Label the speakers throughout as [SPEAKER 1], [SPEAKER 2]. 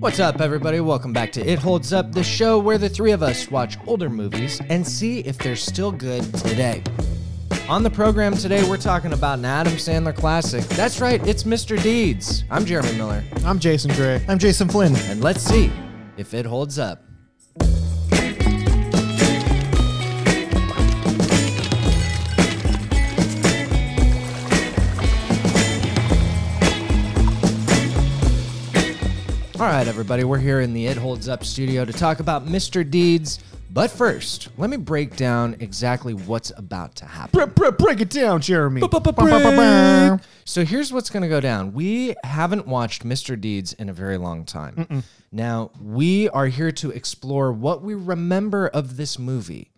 [SPEAKER 1] What's up, everybody? Welcome back to It Holds Up, the show where the three of us watch older movies and see if they're still good today. On the program today, we're talking about an Adam Sandler classic. That's right, it's Mr. Deeds. I'm Jeremy Miller,
[SPEAKER 2] I'm Jason Gray.
[SPEAKER 3] I'm Jason Flynn.
[SPEAKER 1] and let's see if it holds up. All right, everybody, we're here in the It Holds Up studio to talk about Mr. Deeds. But first, let me break down exactly what's about to happen.
[SPEAKER 2] break it down, Jeremy.
[SPEAKER 1] So here's what's going to go down. We haven't watched Mr. Deeds in a very long time. Now, we are here to explore what we remember of this movie.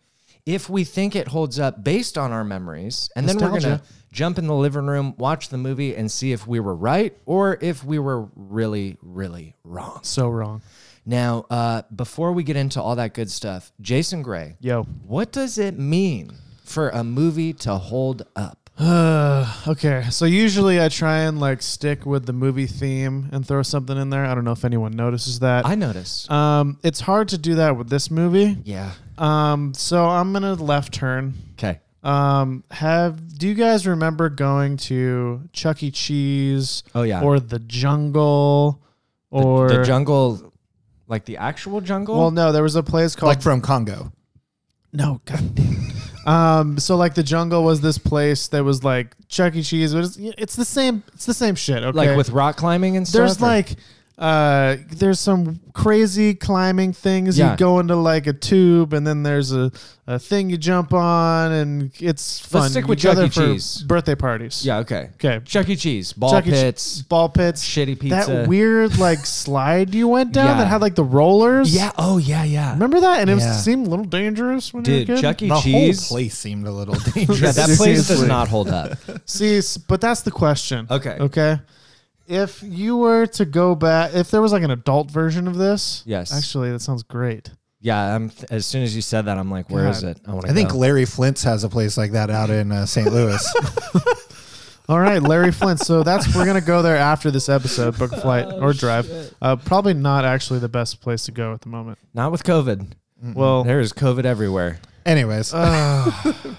[SPEAKER 1] If we think it holds up based on our memories, and then we're going
[SPEAKER 2] Nostalgia.
[SPEAKER 1] to jump in the living room, watch the movie, and see if we were right or if we were really, really wrong.
[SPEAKER 2] So wrong.
[SPEAKER 1] Now, uh, before we get into all that good stuff, Jason Gray,
[SPEAKER 2] Yo.
[SPEAKER 1] what does it mean for a movie to hold up?
[SPEAKER 2] okay, so usually I try and like stick with the movie theme and throw something in there. I don't know if anyone notices that.
[SPEAKER 1] I notice.
[SPEAKER 2] um, it's hard to do that with this movie.
[SPEAKER 1] yeah.
[SPEAKER 2] Um, so I'm gonna left turn.
[SPEAKER 1] Okay.
[SPEAKER 2] Um, have do you guys remember going to Chuck E. Cheese?
[SPEAKER 1] Oh, yeah.
[SPEAKER 2] Or the Jungle? Or
[SPEAKER 1] the jungle, like the actual jungle.
[SPEAKER 2] Well, no, there was a place called
[SPEAKER 3] Like from Congo.
[SPEAKER 2] No, god damn. um, so like the jungle was this place that was like Chuck E. Cheese, but it's, it's the same. It's the same shit. Okay,
[SPEAKER 1] like with rock climbing and stuff.
[SPEAKER 2] there's
[SPEAKER 1] or-
[SPEAKER 2] like. Uh, there's some crazy climbing things.
[SPEAKER 1] Yeah.
[SPEAKER 2] You go into like a tube, and then there's a, a thing you jump on, and it's fun.
[SPEAKER 1] stick
[SPEAKER 2] You
[SPEAKER 1] with
[SPEAKER 2] go
[SPEAKER 1] Chuck E.
[SPEAKER 2] there for
[SPEAKER 1] Cheese.
[SPEAKER 2] birthday parties.
[SPEAKER 1] yeah, okay,
[SPEAKER 2] Okay.
[SPEAKER 1] Chuck E. Cheese, ball
[SPEAKER 2] Chuck E. Che-
[SPEAKER 1] pits.
[SPEAKER 2] ball pits,
[SPEAKER 1] shitty pizza.
[SPEAKER 2] That weird like slide you went down
[SPEAKER 1] Yeah.
[SPEAKER 2] that had like the rollers.
[SPEAKER 1] yeah. Oh yeah, yeah.
[SPEAKER 2] remember that? And it
[SPEAKER 3] Yeah.
[SPEAKER 2] was, seemed a little dangerous when you
[SPEAKER 1] dude,
[SPEAKER 2] were a kid.
[SPEAKER 1] Chuck E.
[SPEAKER 3] The
[SPEAKER 1] Cheese.
[SPEAKER 3] whole place seemed a little
[SPEAKER 1] Yeah,
[SPEAKER 3] dangerous.
[SPEAKER 1] that place does
[SPEAKER 2] Seriously.
[SPEAKER 1] not hold up.
[SPEAKER 2] See, s- but that's the question.
[SPEAKER 1] Okay.
[SPEAKER 2] Okay. If you were to go back, if there was like an adult version of this,
[SPEAKER 1] Yes.
[SPEAKER 2] Actually, that sounds great.
[SPEAKER 1] Yeah, I'm. Th- as soon as you said that, I'm like, where is
[SPEAKER 2] God.
[SPEAKER 1] it? I want to.
[SPEAKER 3] I think
[SPEAKER 1] Go.
[SPEAKER 3] Larry Flint's has a place like that out in uh, St. Louis.
[SPEAKER 2] All right, Larry Flint. So that's we're gonna go there after this episode, book a flight
[SPEAKER 1] Oh,
[SPEAKER 2] or drive. Uh, probably not actually the best place to go at the moment.
[SPEAKER 1] Not with COVID.
[SPEAKER 2] Well,
[SPEAKER 1] There is COVID everywhere.
[SPEAKER 3] Anyways,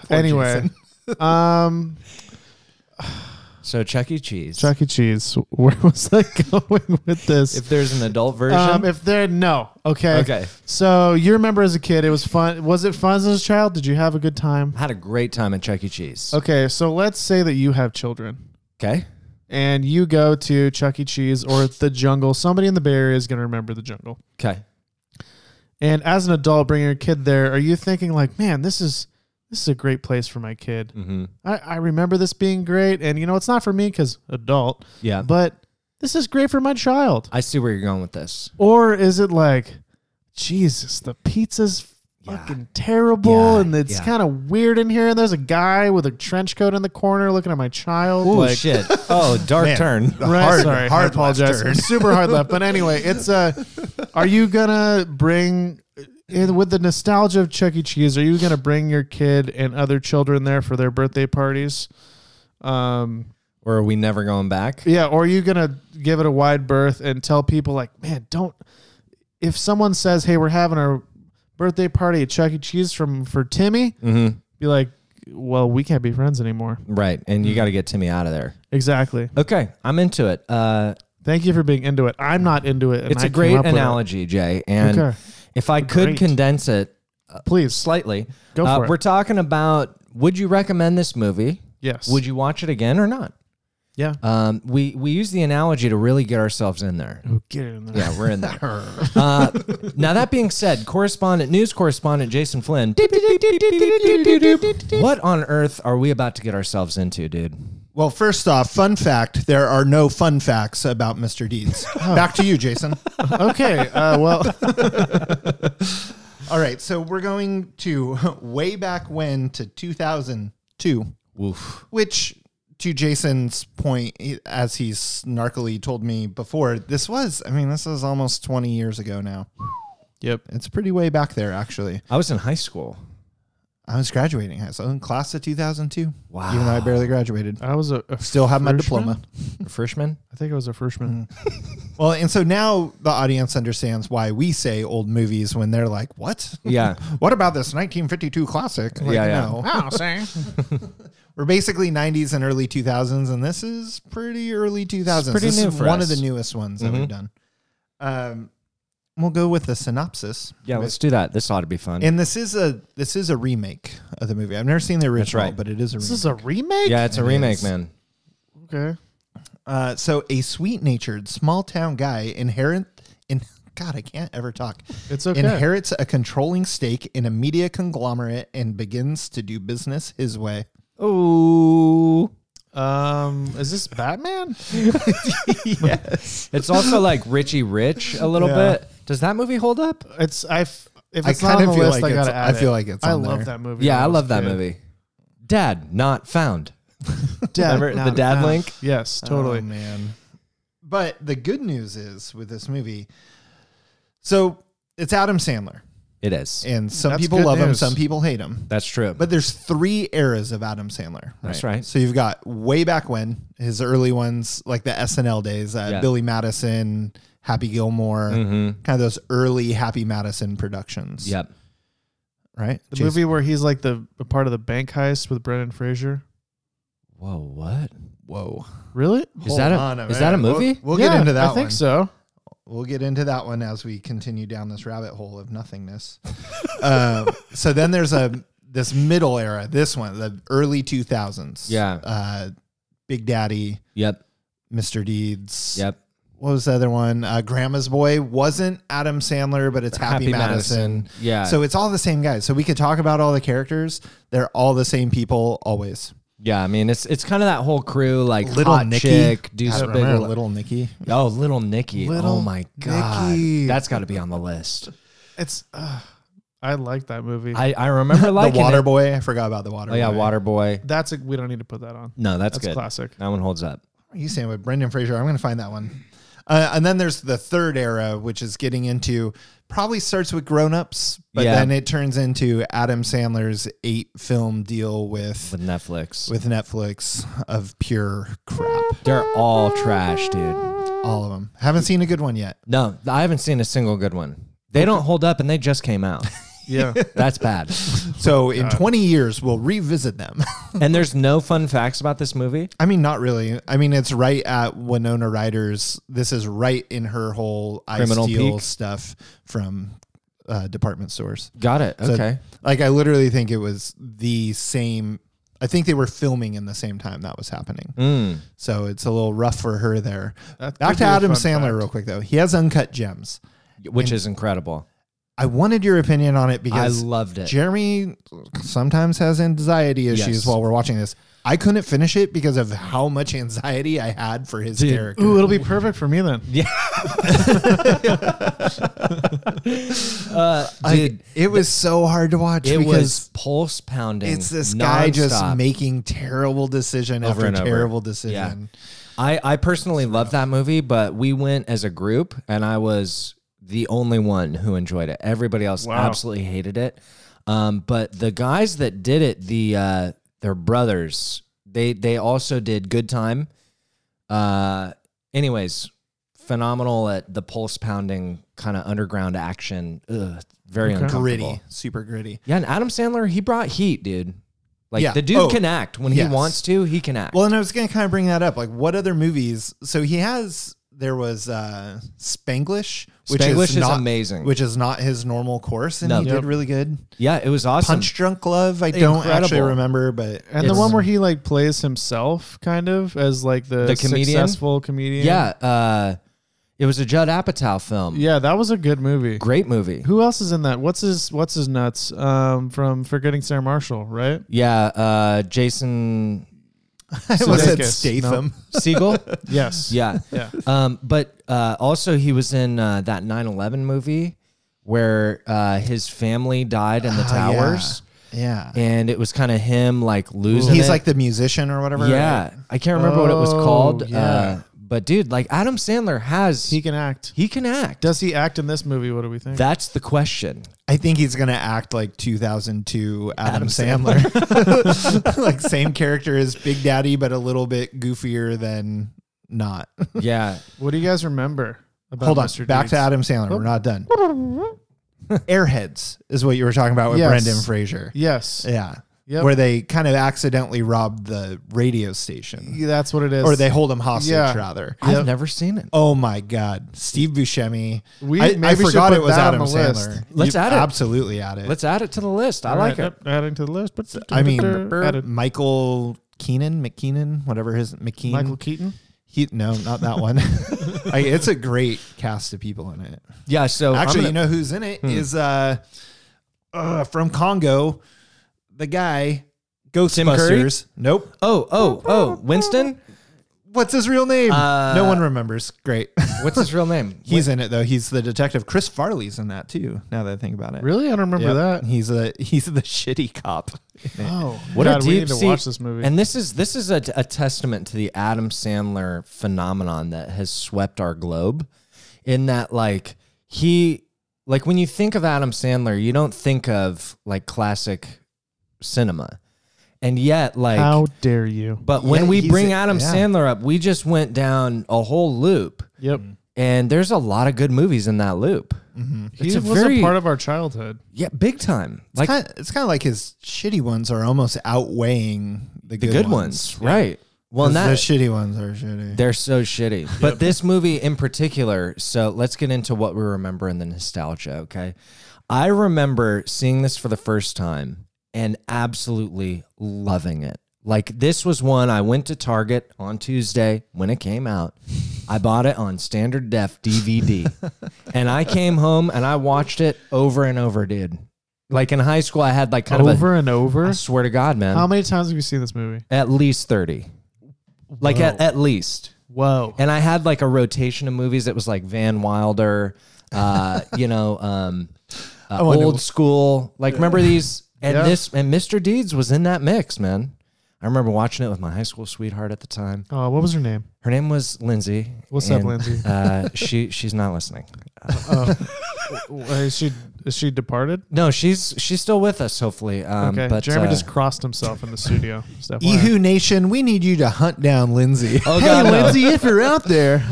[SPEAKER 2] anyway, um,
[SPEAKER 1] So Chuck E. Cheese.
[SPEAKER 2] Chuck E. Cheese. Where was I going with this?
[SPEAKER 1] if there's an adult version,
[SPEAKER 2] um, if there, no. Okay.
[SPEAKER 1] okay.
[SPEAKER 2] So you remember as a kid, it was fun. Was it fun as a child? Did you have a good time?
[SPEAKER 1] Had a great time at Chuck E. Cheese.
[SPEAKER 2] Okay, so let's say that you have children
[SPEAKER 1] Okay.
[SPEAKER 2] and you go to Chuck E. Cheese or the jungle. Somebody in the Bay Area is going to remember the jungle.
[SPEAKER 1] Okay.
[SPEAKER 2] And as an adult bringing your kid there, are you thinking like, man, this is this is a great place for my kid?
[SPEAKER 1] Mm-hmm.
[SPEAKER 2] I, I remember this being great. And you know, it's not for me because adult,
[SPEAKER 1] Yeah.
[SPEAKER 2] but this is great for my child.
[SPEAKER 1] I see where you're going with this.
[SPEAKER 2] Or is it like, Jesus, the pizza's
[SPEAKER 1] Yeah.
[SPEAKER 2] fucking terrible
[SPEAKER 1] Yeah,
[SPEAKER 2] and it's
[SPEAKER 1] yeah.
[SPEAKER 2] kind of weird in here. And there's a guy with a trench coat in the corner looking at my child.
[SPEAKER 1] Oh
[SPEAKER 2] like,
[SPEAKER 1] shit! Oh, dark
[SPEAKER 3] Man.
[SPEAKER 1] turn.
[SPEAKER 2] Right,
[SPEAKER 3] Hard-
[SPEAKER 2] sorry, I
[SPEAKER 3] hard left
[SPEAKER 2] apologize.
[SPEAKER 3] turn.
[SPEAKER 2] Super hard left. But anyway, it's uh, are you gonna bring in with the nostalgia of Chuck E. Cheese? Are you gonna bring your kid and other children there for their birthday parties? Um,
[SPEAKER 1] Or are we never going back?
[SPEAKER 2] yeah, or are you gonna give it a wide berth and tell people like, man, don't. If someone says, "Hey, we're having our birthday party at Chuck E. Cheese from for Timmy,"
[SPEAKER 1] Mm-hmm.
[SPEAKER 2] be like, "Well, we can't be friends anymore."
[SPEAKER 1] Right, and
[SPEAKER 2] Mm-hmm.
[SPEAKER 1] you got to get Timmy out of there.
[SPEAKER 2] Exactly.
[SPEAKER 1] Okay, I'm into it. Uh,
[SPEAKER 2] Thank you for being into it. I'm not into it. And
[SPEAKER 1] it's
[SPEAKER 2] a
[SPEAKER 1] a great analogy, Jay. And
[SPEAKER 2] Okay.
[SPEAKER 1] if I could
[SPEAKER 2] Great.
[SPEAKER 1] condense it
[SPEAKER 2] Please
[SPEAKER 1] slightly,
[SPEAKER 2] Go
[SPEAKER 1] uh,
[SPEAKER 2] for it.
[SPEAKER 1] we're talking about would you recommend this movie?
[SPEAKER 2] Yes.
[SPEAKER 1] Would you watch it again or not?
[SPEAKER 2] Yeah.
[SPEAKER 1] Um, we we use the analogy to really get ourselves in there.
[SPEAKER 2] Oh, get in there.
[SPEAKER 1] Yeah, we're in there. uh, now that being said, correspondent, news correspondent Jason Flynn, what on earth are we about to get ourselves into, dude?
[SPEAKER 3] well, first off, fun fact: there are no fun facts about Mr. Deeds. Back to you, Jason.
[SPEAKER 2] okay. Uh, well,
[SPEAKER 3] All right, so we're going to way back when to 2002.
[SPEAKER 1] Woof.
[SPEAKER 3] which to Jason's point, he- as he snarkily told me before, this was, I mean, this was almost 20 years ago now.
[SPEAKER 2] yep.
[SPEAKER 3] It's pretty way back there, actually.
[SPEAKER 1] I was in high school.
[SPEAKER 3] I was graduating high school in class of 2002.
[SPEAKER 1] Wow.
[SPEAKER 3] Even though I barely graduated,
[SPEAKER 2] I was a, a
[SPEAKER 3] still have my
[SPEAKER 2] freshman?
[SPEAKER 3] diploma.
[SPEAKER 1] Freshman?
[SPEAKER 2] Mm. I think I was a freshman.
[SPEAKER 3] Well, and so now the audience understands why we say old movies when they're like, "What?
[SPEAKER 1] Yeah.
[SPEAKER 3] what about this 1952 classic?" Like,
[SPEAKER 1] Yeah, yeah.
[SPEAKER 3] no.
[SPEAKER 2] Oh, see?
[SPEAKER 3] We're basically 90s and early 2000s, and this is pretty early 2000s.
[SPEAKER 1] pretty
[SPEAKER 3] this
[SPEAKER 1] new
[SPEAKER 3] is
[SPEAKER 1] for
[SPEAKER 3] one
[SPEAKER 1] us. Mm-hmm.
[SPEAKER 3] of the newest ones that we've done. Um, we'll go with the synopsis.
[SPEAKER 1] Yeah, let's do that. This ought to be fun.
[SPEAKER 3] And this is a this is a remake of the movie. I've never seen the original,
[SPEAKER 1] right.
[SPEAKER 3] but it is a
[SPEAKER 2] This
[SPEAKER 3] remake.
[SPEAKER 2] is a remake?
[SPEAKER 1] yeah, it's a
[SPEAKER 3] It
[SPEAKER 1] remake,
[SPEAKER 3] is.
[SPEAKER 1] man.
[SPEAKER 2] Okay.
[SPEAKER 3] Uh, so a sweet-natured small-town guy inherent in God, I can't ever talk.
[SPEAKER 2] It's okay.
[SPEAKER 3] Inherits a controlling stake in a media conglomerate and begins to do business his way.
[SPEAKER 1] Oh.
[SPEAKER 2] Um, is this Batman?
[SPEAKER 1] It's also like Richie Rich a little
[SPEAKER 3] Yeah.
[SPEAKER 1] bit. Does that movie hold up?
[SPEAKER 2] It's I. f- If
[SPEAKER 3] I
[SPEAKER 2] it's not on
[SPEAKER 3] kinda
[SPEAKER 2] the
[SPEAKER 3] feel
[SPEAKER 2] list,
[SPEAKER 3] like
[SPEAKER 2] I gotta
[SPEAKER 3] it's-
[SPEAKER 2] add
[SPEAKER 3] I feel
[SPEAKER 2] it.
[SPEAKER 3] like it's
[SPEAKER 2] I
[SPEAKER 3] on
[SPEAKER 2] love
[SPEAKER 3] there.
[SPEAKER 2] that movie.
[SPEAKER 1] Yeah,
[SPEAKER 2] when
[SPEAKER 1] I
[SPEAKER 2] was
[SPEAKER 1] love
[SPEAKER 2] a
[SPEAKER 1] that
[SPEAKER 2] kid.
[SPEAKER 1] movie. Dad not found.
[SPEAKER 2] Dad,
[SPEAKER 1] Remember the
[SPEAKER 2] not
[SPEAKER 1] dad
[SPEAKER 2] found.
[SPEAKER 1] link?
[SPEAKER 2] Yes, totally.
[SPEAKER 3] Oh, man. But the good news is with this movie, so it's Adam Sandler,
[SPEAKER 1] It is.
[SPEAKER 3] and some
[SPEAKER 2] That's
[SPEAKER 3] people
[SPEAKER 2] good
[SPEAKER 3] love him,
[SPEAKER 2] news.
[SPEAKER 3] some people hate him.
[SPEAKER 1] That's true.
[SPEAKER 3] But there's three eras of Adam Sandler.
[SPEAKER 1] That's right.
[SPEAKER 3] So you've got way back when his early ones, like the SNL days, uh,
[SPEAKER 1] Yeah. Mm-hmm.
[SPEAKER 3] Billy Madison, Happy Gilmore, kind of those early Happy Madison productions.
[SPEAKER 1] yep.
[SPEAKER 3] Right.
[SPEAKER 2] the
[SPEAKER 3] Jason-
[SPEAKER 2] movie where he's like the a part of the bank heist with Brendan Fraser.
[SPEAKER 1] Whoa, what?
[SPEAKER 3] Whoa.
[SPEAKER 2] Really?
[SPEAKER 1] Is that a- is that a movie?
[SPEAKER 3] We'll, we'll
[SPEAKER 2] Yeah,
[SPEAKER 3] get into that.
[SPEAKER 2] I
[SPEAKER 3] one.
[SPEAKER 2] think so.
[SPEAKER 3] We'll get into that one as we continue down this rabbit hole of nothingness. uh, so then there's a this middle era. This one, the early 2000s.
[SPEAKER 1] Yeah.
[SPEAKER 3] Uh, Big Daddy,
[SPEAKER 1] Yep.
[SPEAKER 3] Mr. Deeds.
[SPEAKER 1] Yep.
[SPEAKER 3] what was the other one? Uh, Grandma's Boy wasn't Adam Sandler, but it's Happy, Madison.
[SPEAKER 1] Yeah.
[SPEAKER 3] So it's all the same guys. So we could talk about all the characters. They're all the same people always.
[SPEAKER 1] yeah, I mean it's it's kind of that whole crew like
[SPEAKER 3] Little
[SPEAKER 1] hot
[SPEAKER 3] Nicky.
[SPEAKER 1] chick, do
[SPEAKER 3] I
[SPEAKER 1] some big
[SPEAKER 3] remember
[SPEAKER 1] li-
[SPEAKER 3] Little Nicky.
[SPEAKER 1] Oh, little Nicky. oh
[SPEAKER 2] Little
[SPEAKER 1] my god.
[SPEAKER 3] Nicky.
[SPEAKER 1] That's got to be on the list.
[SPEAKER 2] It's. Uh, I like that movie.
[SPEAKER 1] I I remember
[SPEAKER 3] The
[SPEAKER 1] liking
[SPEAKER 3] Water
[SPEAKER 1] it.
[SPEAKER 3] Boy. I forgot about the Water
[SPEAKER 1] Oh
[SPEAKER 3] Boy.
[SPEAKER 1] yeah, Water Boy.
[SPEAKER 2] that's a, we don't need to put that on.
[SPEAKER 1] No, that's,
[SPEAKER 2] That's
[SPEAKER 1] good.
[SPEAKER 2] classic.
[SPEAKER 1] That one holds up.
[SPEAKER 3] What are you saying with Brendan Fraser? I'm going to find that one. Uh, and then there's the third era, which is getting into probably starts with grown ups, but
[SPEAKER 1] Yeah.
[SPEAKER 3] then it turns into Adam Sandler's eight film deal with
[SPEAKER 1] with Netflix.
[SPEAKER 3] with Netflix of pure crap.
[SPEAKER 1] They're all trash, dude.
[SPEAKER 3] All of them. Haven't seen a good one yet.
[SPEAKER 1] No, I haven't seen a single good one. They don't hold up, and they just came out.
[SPEAKER 2] Yeah.
[SPEAKER 1] That's bad.
[SPEAKER 3] So in 20 years, we'll revisit them.
[SPEAKER 1] and there's no fun facts about this movie.
[SPEAKER 3] I mean, not really. I mean, it's right at Winona Ryder's. This is right in her whole I
[SPEAKER 1] Criminal
[SPEAKER 3] steal
[SPEAKER 1] peak?
[SPEAKER 3] stuff from uh, department stores.
[SPEAKER 1] Got it.
[SPEAKER 3] So,
[SPEAKER 1] Okay.
[SPEAKER 3] Like, I literally think it was the same. I think they were filming in the same time that was happening.
[SPEAKER 1] Mm.
[SPEAKER 3] So it's a little rough for her there.
[SPEAKER 2] That
[SPEAKER 3] Back
[SPEAKER 2] could
[SPEAKER 3] to
[SPEAKER 2] be a
[SPEAKER 3] Adam
[SPEAKER 2] fun
[SPEAKER 3] Sandler,
[SPEAKER 2] fact.
[SPEAKER 3] real quick, though. He has Uncut Gems.
[SPEAKER 1] Which is incredible.
[SPEAKER 3] I wanted your opinion on it
[SPEAKER 1] I
[SPEAKER 3] because
[SPEAKER 1] loved it.
[SPEAKER 3] Jeremy sometimes has anxiety issues
[SPEAKER 1] Yes.
[SPEAKER 3] while we're watching this. I couldn't finish it because of how much anxiety I had for his
[SPEAKER 1] Dude.
[SPEAKER 3] character.
[SPEAKER 2] Ooh, it'll be perfect for me then.
[SPEAKER 1] uh,
[SPEAKER 3] Like,
[SPEAKER 1] dude,
[SPEAKER 3] it was so hard to watch
[SPEAKER 1] it was
[SPEAKER 3] because
[SPEAKER 1] pulse pounding.
[SPEAKER 3] it's this guy just
[SPEAKER 1] nonstop.
[SPEAKER 3] making terrible decision
[SPEAKER 1] Over and
[SPEAKER 3] after
[SPEAKER 1] over.
[SPEAKER 3] terrible decision.
[SPEAKER 1] I I personally love that movie, but we went as a group, and I was the only one who enjoyed it. Everybody else
[SPEAKER 2] Wow.
[SPEAKER 1] absolutely hated it. Um, but the guys that did it, the uh, their brothers, they they also did Good Time. Uh, anyways, phenomenal at the pulse pounding kind of underground action. Ugh, very uncomfortable.
[SPEAKER 3] Gritty, super gritty.
[SPEAKER 1] Yeah, and Adam Sandler, he brought heat, dude. Like
[SPEAKER 3] Yeah.
[SPEAKER 1] the dude
[SPEAKER 3] Oh,
[SPEAKER 1] can act when
[SPEAKER 3] yes.
[SPEAKER 1] he wants to. He can act.
[SPEAKER 3] Well, and I was going to kind of bring that up. Like, what other movies? So he has. There was uh, Spanglish, which
[SPEAKER 1] Spanglish is
[SPEAKER 3] not,
[SPEAKER 1] amazing.
[SPEAKER 3] which is not his normal course, and
[SPEAKER 1] No.
[SPEAKER 3] he
[SPEAKER 1] Yep.
[SPEAKER 3] did really good.
[SPEAKER 1] yeah, it was awesome.
[SPEAKER 3] Punch Drunk Love, I don't actually
[SPEAKER 1] Incredible.
[SPEAKER 3] remember, but
[SPEAKER 2] And the
[SPEAKER 1] It's-
[SPEAKER 2] one where he like plays himself, kind of as like the,
[SPEAKER 1] The comedian?
[SPEAKER 2] successful comedian.
[SPEAKER 1] Yeah, uh, it was a Judd Apatow film.
[SPEAKER 2] yeah, that was a good movie.
[SPEAKER 1] Great movie.
[SPEAKER 2] Who else is in that? What's his What's his nuts? Um, from Forgetting Sarah Marshall, right?
[SPEAKER 1] Yeah, uh, Jason
[SPEAKER 3] I almost said
[SPEAKER 2] Sudeikis.
[SPEAKER 3] Statham.
[SPEAKER 1] Siegel.
[SPEAKER 2] Yes.
[SPEAKER 1] yeah.
[SPEAKER 2] Yeah.
[SPEAKER 1] Um, but uh, also, he was in uh, that 9 11 movie where uh, his family died in the
[SPEAKER 3] Ah, yeah.
[SPEAKER 1] towers.
[SPEAKER 3] Yeah.
[SPEAKER 1] And it was kind of him like losing.
[SPEAKER 3] He's
[SPEAKER 1] it.
[SPEAKER 3] like the musician or whatever.
[SPEAKER 1] yeah.
[SPEAKER 3] right?
[SPEAKER 1] I can't remember what it was
[SPEAKER 2] Oh,
[SPEAKER 1] called. Uh,
[SPEAKER 2] yeah.
[SPEAKER 1] but dude, like Adam Sandler has
[SPEAKER 2] He
[SPEAKER 1] he,
[SPEAKER 2] can act.
[SPEAKER 1] can act.
[SPEAKER 2] Does he act in this movie? What do we think?
[SPEAKER 1] That's the question.
[SPEAKER 3] I think he's gonna act like 2002 Adam, Sandler, like same character as Big Daddy, but a little bit goofier than not.
[SPEAKER 1] Yeah.
[SPEAKER 2] what do you guys remember? About
[SPEAKER 3] Hold on.
[SPEAKER 2] Mr.
[SPEAKER 3] Back
[SPEAKER 2] Deeds.
[SPEAKER 3] to Adam Sandler. We're not done. Airheads is what you were talking about with
[SPEAKER 2] Yes.
[SPEAKER 3] Brendan Fraser.
[SPEAKER 2] Yes.
[SPEAKER 3] Yeah.
[SPEAKER 2] Yep.
[SPEAKER 3] Where they kind of accidentally rob the radio station.
[SPEAKER 2] Yeah, That's what it is.
[SPEAKER 3] Or they hold him hostage,
[SPEAKER 2] Yeah.
[SPEAKER 3] rather.
[SPEAKER 1] I've never seen it.
[SPEAKER 3] Oh my God. Steve Buscemi.
[SPEAKER 2] We-
[SPEAKER 3] I, I
[SPEAKER 2] maybe we should
[SPEAKER 3] forgot
[SPEAKER 2] put
[SPEAKER 3] it was
[SPEAKER 2] that on
[SPEAKER 3] Adam
[SPEAKER 2] the
[SPEAKER 3] Sandler.
[SPEAKER 2] list.
[SPEAKER 1] Let's
[SPEAKER 3] You
[SPEAKER 1] add it.
[SPEAKER 3] Absolutely add it.
[SPEAKER 1] Oh, Let's add it to the list. I
[SPEAKER 2] All
[SPEAKER 1] like
[SPEAKER 2] right,
[SPEAKER 1] it.
[SPEAKER 2] yep, Adding to the list, but
[SPEAKER 3] I mean,
[SPEAKER 2] added.
[SPEAKER 3] Michael Keenan, McKeenan, whatever his McKean.
[SPEAKER 2] Michael Keaton.
[SPEAKER 3] He, no, not that one. I, it's a great cast of people in it.
[SPEAKER 1] Yeah. So Oh, I'm
[SPEAKER 3] Actually,
[SPEAKER 1] gonna- Hmm.
[SPEAKER 3] you know who's in it is uh, uh, from Congo, the guy Ghostbusters. Nope.
[SPEAKER 1] Oh, oh, oh, Winston.
[SPEAKER 3] What's his real name?
[SPEAKER 1] Uh,
[SPEAKER 3] no one remembers. Great.
[SPEAKER 1] What's his real name?
[SPEAKER 3] He's in it though. He's the detective. Chris Farley's in that too. Now that I think about it.
[SPEAKER 2] Really, I don't remember
[SPEAKER 3] Yep.
[SPEAKER 2] that.
[SPEAKER 3] He's the he's the shitty cop. in it.
[SPEAKER 2] Oh,
[SPEAKER 1] What
[SPEAKER 2] God,
[SPEAKER 1] a
[SPEAKER 2] we
[SPEAKER 1] deep
[SPEAKER 2] need to
[SPEAKER 1] sea-
[SPEAKER 2] watch this movie.
[SPEAKER 1] And this is this is a, a testament to the Adam Sandler phenomenon that has swept our globe. In that, like he, like when you think of Adam Sandler, you don't think of like classic cinema, and yet like
[SPEAKER 2] How dare you?
[SPEAKER 1] But when
[SPEAKER 3] Yeah,
[SPEAKER 1] we
[SPEAKER 3] he's-
[SPEAKER 1] bring Adam
[SPEAKER 3] yeah.
[SPEAKER 1] Sandler up, we just went down a whole loop,
[SPEAKER 2] Yep,
[SPEAKER 1] and there's a lot of good movies in that loop.
[SPEAKER 2] he
[SPEAKER 1] It's a
[SPEAKER 2] was
[SPEAKER 1] very
[SPEAKER 2] a part of our childhood.
[SPEAKER 1] yeah, big time. Like
[SPEAKER 3] Kinda- Mm-hmm. it's kind of like his shitty ones are almost outweighing the good,
[SPEAKER 1] the good ones, right? Well, and
[SPEAKER 3] the
[SPEAKER 1] that
[SPEAKER 3] shitty ones are shitty.
[SPEAKER 1] they're so shitty. But this movie in particular. So let's get into what we remember in the nostalgia. Okay, I remember seeing this for the first time and absolutely loving it. Like this was one I went to Target on Tuesday when it came out. I bought it on standard def DVD, and I came home and I watched it over and over, dude. Like in high school, I had like kind of a.
[SPEAKER 2] Over and
[SPEAKER 1] I
[SPEAKER 2] over.
[SPEAKER 1] swear to God, man.
[SPEAKER 2] How many times have you seen this movie?
[SPEAKER 1] At least 30. Like at, at least.
[SPEAKER 2] Whoa.
[SPEAKER 1] And I had like a rotation of movies that was like Van Wilder, uh, you know, um, uh,
[SPEAKER 3] wonder-
[SPEAKER 1] old school. Like remember these and
[SPEAKER 2] Oh, Yeah.
[SPEAKER 1] this and Mr. Deeds was in that mix, man. I remember watching it with my high school sweetheart at the time.
[SPEAKER 2] Oh, what was her name?
[SPEAKER 1] Her name was Lindsay.
[SPEAKER 2] What's up,
[SPEAKER 1] and,
[SPEAKER 2] Lindsay?
[SPEAKER 1] Uh, she she's not listening.
[SPEAKER 2] W- Oh. Is she is she departed?
[SPEAKER 1] No, she's she's still with us, hopefully. Um,
[SPEAKER 2] Okay,
[SPEAKER 1] but
[SPEAKER 2] Jeremy
[SPEAKER 1] uh,
[SPEAKER 2] just crossed himself in the studio. Just FYI.
[SPEAKER 3] Ehu Nation, we need you to hunt down Lindsay.
[SPEAKER 1] Oh, God, no.
[SPEAKER 3] if you're out there,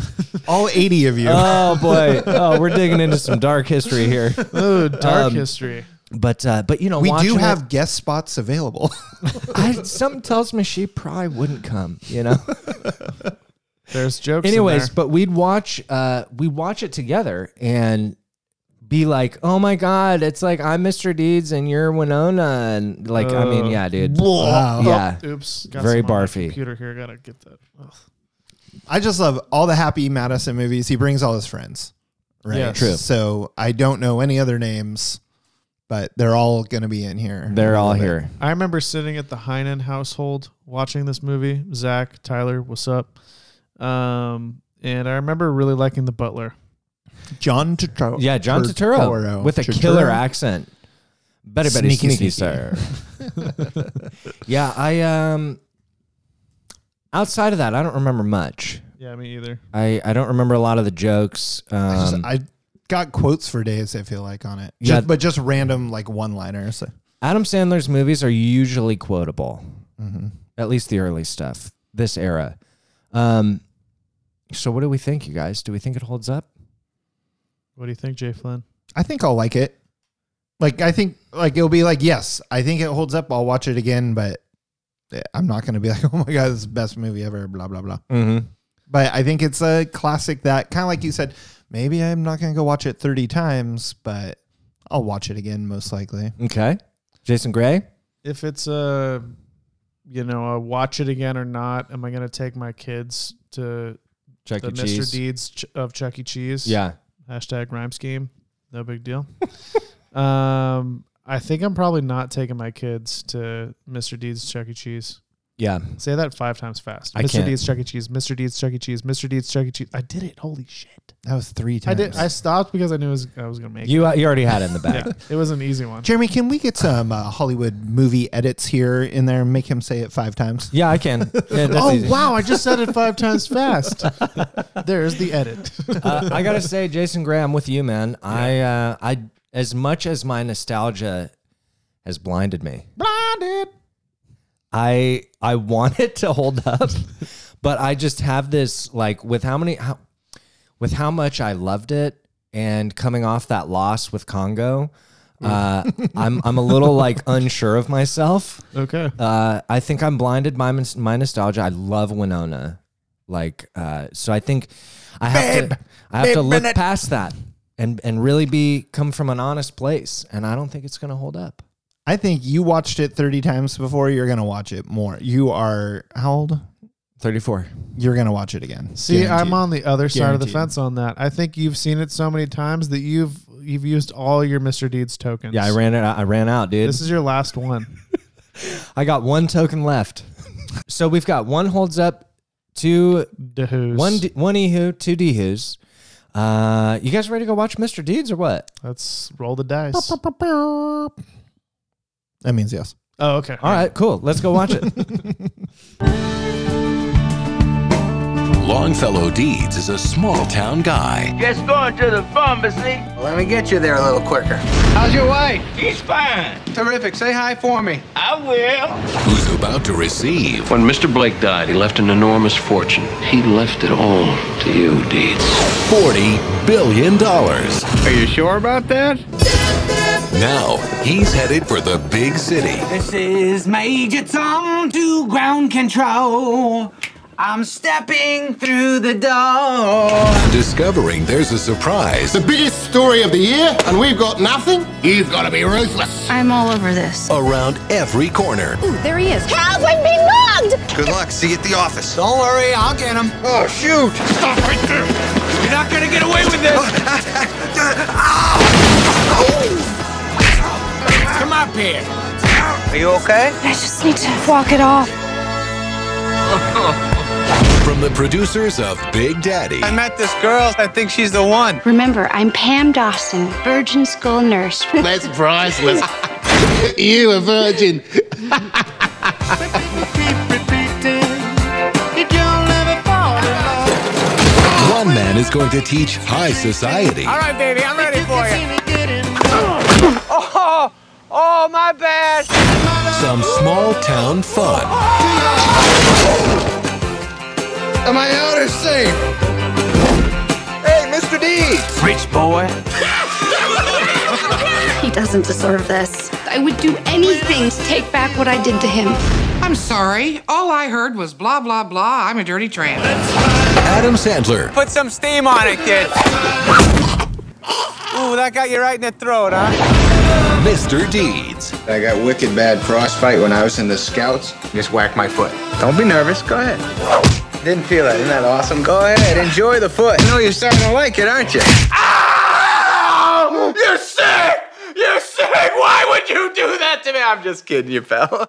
[SPEAKER 3] all 80 of you.
[SPEAKER 1] Oh boy! Oh, we're digging into some dark history here.
[SPEAKER 2] Oh, dark
[SPEAKER 1] Um,
[SPEAKER 2] history.
[SPEAKER 1] But uh, but you know
[SPEAKER 3] we do
[SPEAKER 1] watching it-
[SPEAKER 3] have guest spots available.
[SPEAKER 1] I, something tells me she probably wouldn't come, you know.
[SPEAKER 2] There's jokes. in
[SPEAKER 1] Anyways,
[SPEAKER 2] there.
[SPEAKER 1] but we'd watch uh we watch it together and be like, "Oh my god, it's like I'm Mr. Deeds and you're Winona." And like, I mean,
[SPEAKER 2] Oh.
[SPEAKER 1] yeah, dude. Uh,
[SPEAKER 3] Wow.
[SPEAKER 1] Yeah.
[SPEAKER 2] oops,
[SPEAKER 1] very
[SPEAKER 2] some on my
[SPEAKER 1] barfy.
[SPEAKER 2] Computer here, gotta get that. Ugh.
[SPEAKER 3] I just love all the Happy Madison movies. He brings all his friends. Right.
[SPEAKER 2] Yes.
[SPEAKER 1] True.
[SPEAKER 3] So I don't know any other names, but they're all going to be in here.
[SPEAKER 1] They're all
[SPEAKER 3] Love it.
[SPEAKER 1] here.
[SPEAKER 2] I remember sitting at the Heinen household watching this movie. Zach, Tyler, what's up? Um, and I remember really liking the butler.
[SPEAKER 3] John Turturro.
[SPEAKER 1] Yeah, John Turturro,
[SPEAKER 3] Turturro.
[SPEAKER 1] with a
[SPEAKER 3] Turturro.
[SPEAKER 1] killer accent. Better, better,
[SPEAKER 3] Sneaky,
[SPEAKER 1] sneaky,
[SPEAKER 3] sneaky.
[SPEAKER 1] sir. yeah, I um. Outside of that, I don't remember much.
[SPEAKER 2] Yeah, me either.
[SPEAKER 1] I, I don't remember a lot of the jokes. Um,
[SPEAKER 3] I just- I got quotes for days, I feel like, on it.
[SPEAKER 1] Yeah.
[SPEAKER 3] Just, but just random, like one liners.
[SPEAKER 1] Adam Sandler's movies are usually quotable, at least the early stuff, this era. Um, so, what do we think, you guys? Do we think it holds up?
[SPEAKER 2] What do you think, Jay Flynn?
[SPEAKER 3] I think I'll like it. Like I think like it'll be like yes, I think it holds up. I'll watch it again, but eh, I'm not gonna be like oh my god, this is the best movie ever. Blah blah blah.
[SPEAKER 1] Mm-hmm.
[SPEAKER 3] But I think it's a classic that kind of like you said. Maybe I'm not gonna go watch it 30 times, but I'll watch it again most likely.
[SPEAKER 1] Okay. Jason Gray?
[SPEAKER 2] If it's a, you know, a watch it again or not? Am I gonna take my kids to
[SPEAKER 1] Chuck
[SPEAKER 2] the
[SPEAKER 1] E.
[SPEAKER 2] Mr.
[SPEAKER 1] Cheese.
[SPEAKER 2] Deeds ch- of Chuck E. Cheese?
[SPEAKER 1] Yeah.
[SPEAKER 2] Hashtag rhyme scheme. No big deal. um, I think I'm probably not taking my kids to Mr. Deeds Chuck E. Cheese.
[SPEAKER 1] Yeah.
[SPEAKER 2] Say that five times fast.
[SPEAKER 1] I
[SPEAKER 2] Mr.
[SPEAKER 1] can't.
[SPEAKER 2] Deeds Chuck E. Cheese. Mr. Deeds Chuck E. Cheese. Mr. Deeds Chuck E. Cheese. I did it. Holy shit!
[SPEAKER 3] That was three
[SPEAKER 2] I
[SPEAKER 3] times.
[SPEAKER 2] did. I stopped because I knew it was, I was gonna make.
[SPEAKER 1] You, you already had it in the
[SPEAKER 2] it.
[SPEAKER 1] back.
[SPEAKER 2] Yeah, it was an easy one.
[SPEAKER 3] Jeremy, can we get some uh, Hollywood movie edits here in there and make him say it five times?
[SPEAKER 1] Yeah, I can. Yeah, that's easy.
[SPEAKER 2] Oh, wow! I just said it five times fast. There's the edit.
[SPEAKER 1] uh, I gotta say, Jason Gray, I'm with you, man. I, uh, I, as much as my nostalgia has blinded me,
[SPEAKER 2] Blinded.
[SPEAKER 1] I I want it to hold up, but I just have this like with how many how with how much I loved it and coming off that loss with Congo, uh, I'm I'm a little like unsure of myself.
[SPEAKER 2] Okay.
[SPEAKER 1] Uh, I think I'm blinded by my, my nostalgia. I love Winona, like uh, so. I think I have to I have to look past that and and really be come from an honest place. And I don't think it's going to hold up.
[SPEAKER 3] I think you watched it 30 times before. You're going to watch it more. You are how old?
[SPEAKER 1] Thirty four.
[SPEAKER 3] You're going to watch it again.
[SPEAKER 2] See, I'm
[SPEAKER 3] Guaranteed.
[SPEAKER 2] on the other side of the
[SPEAKER 3] Guaranteed.
[SPEAKER 2] fence on that. I think you've seen it so many times that you've you've used all your Mr. Deeds tokens.
[SPEAKER 1] Yeah, I ran it. I ran out, dude.
[SPEAKER 2] This is your last one.
[SPEAKER 1] I got one token left. so we've got one holds up, two
[SPEAKER 2] Dahoos.
[SPEAKER 1] one d- one ehu, two dehoos. Uh, you guys ready to go watch Mr. Deeds or what?
[SPEAKER 2] Let's roll the dice.
[SPEAKER 3] That means yes.
[SPEAKER 2] Oh, okay.
[SPEAKER 1] All right, cool. Let's go watch it.
[SPEAKER 4] Longfellow Deeds is a small town guy
[SPEAKER 5] Just going to the pharmacy.
[SPEAKER 6] Let me get you there a little quicker.
[SPEAKER 5] How's your wife? She's fine.
[SPEAKER 6] Terrific. Say hi for me.
[SPEAKER 5] I will.
[SPEAKER 4] who's about to receive
[SPEAKER 7] When Mr. Blake died, he left an enormous fortune. He left it all to you, Deeds.
[SPEAKER 4] $40 billion.
[SPEAKER 5] Are you sure about that?
[SPEAKER 4] Now he's headed for the big city.
[SPEAKER 6] This is Major Tom to ground control. I'm stepping through the door.
[SPEAKER 4] discovering there's a surprise
[SPEAKER 8] The biggest story of the year, and we've got nothing? You've got to be ruthless.
[SPEAKER 9] I'm all over this.
[SPEAKER 4] around every corner.
[SPEAKER 9] There he is.
[SPEAKER 10] Help! I'm being mugged!
[SPEAKER 8] Good luck. See you at the office.
[SPEAKER 6] Don't worry, I'll get him.
[SPEAKER 8] Oh, shoot. Stop right there.
[SPEAKER 5] You're not gonna get away with this. Come up here.
[SPEAKER 6] Are you okay?
[SPEAKER 9] I just need to walk it off.
[SPEAKER 4] From the producers of Big Daddy
[SPEAKER 6] I met this girl. I think she's the one.
[SPEAKER 9] Remember, I'm Pam Dawson, Virgin School Nurse.
[SPEAKER 8] That's priceless. you a virgin.
[SPEAKER 4] one man is going to teach high society
[SPEAKER 5] All right, baby, I'm ready for you.
[SPEAKER 6] Oh, oh, my bad.
[SPEAKER 4] some small town fun.
[SPEAKER 8] Am I out of sync? Hey, Mr. D.
[SPEAKER 7] Rich boy.
[SPEAKER 9] He doesn't deserve this. I would do anything to take back what I did to him.
[SPEAKER 11] I'm sorry. All I heard was blah, blah, blah. I'm a dirty tramp.
[SPEAKER 4] Adam Sandler
[SPEAKER 6] Put some steam on it, kid. Ooh, that got you right in the throat, huh?
[SPEAKER 4] Mr. Deeds.
[SPEAKER 8] I got wicked bad frostbite when I was in the scouts. Just whack my foot.
[SPEAKER 6] Don't be nervous. Go ahead. Didn't feel it. Isn't that awesome? Go ahead. Enjoy the foot. You know you're starting to like it, aren't you?
[SPEAKER 5] You're sick! You're sick! Why would you do that to me? I'm just kidding you, pal.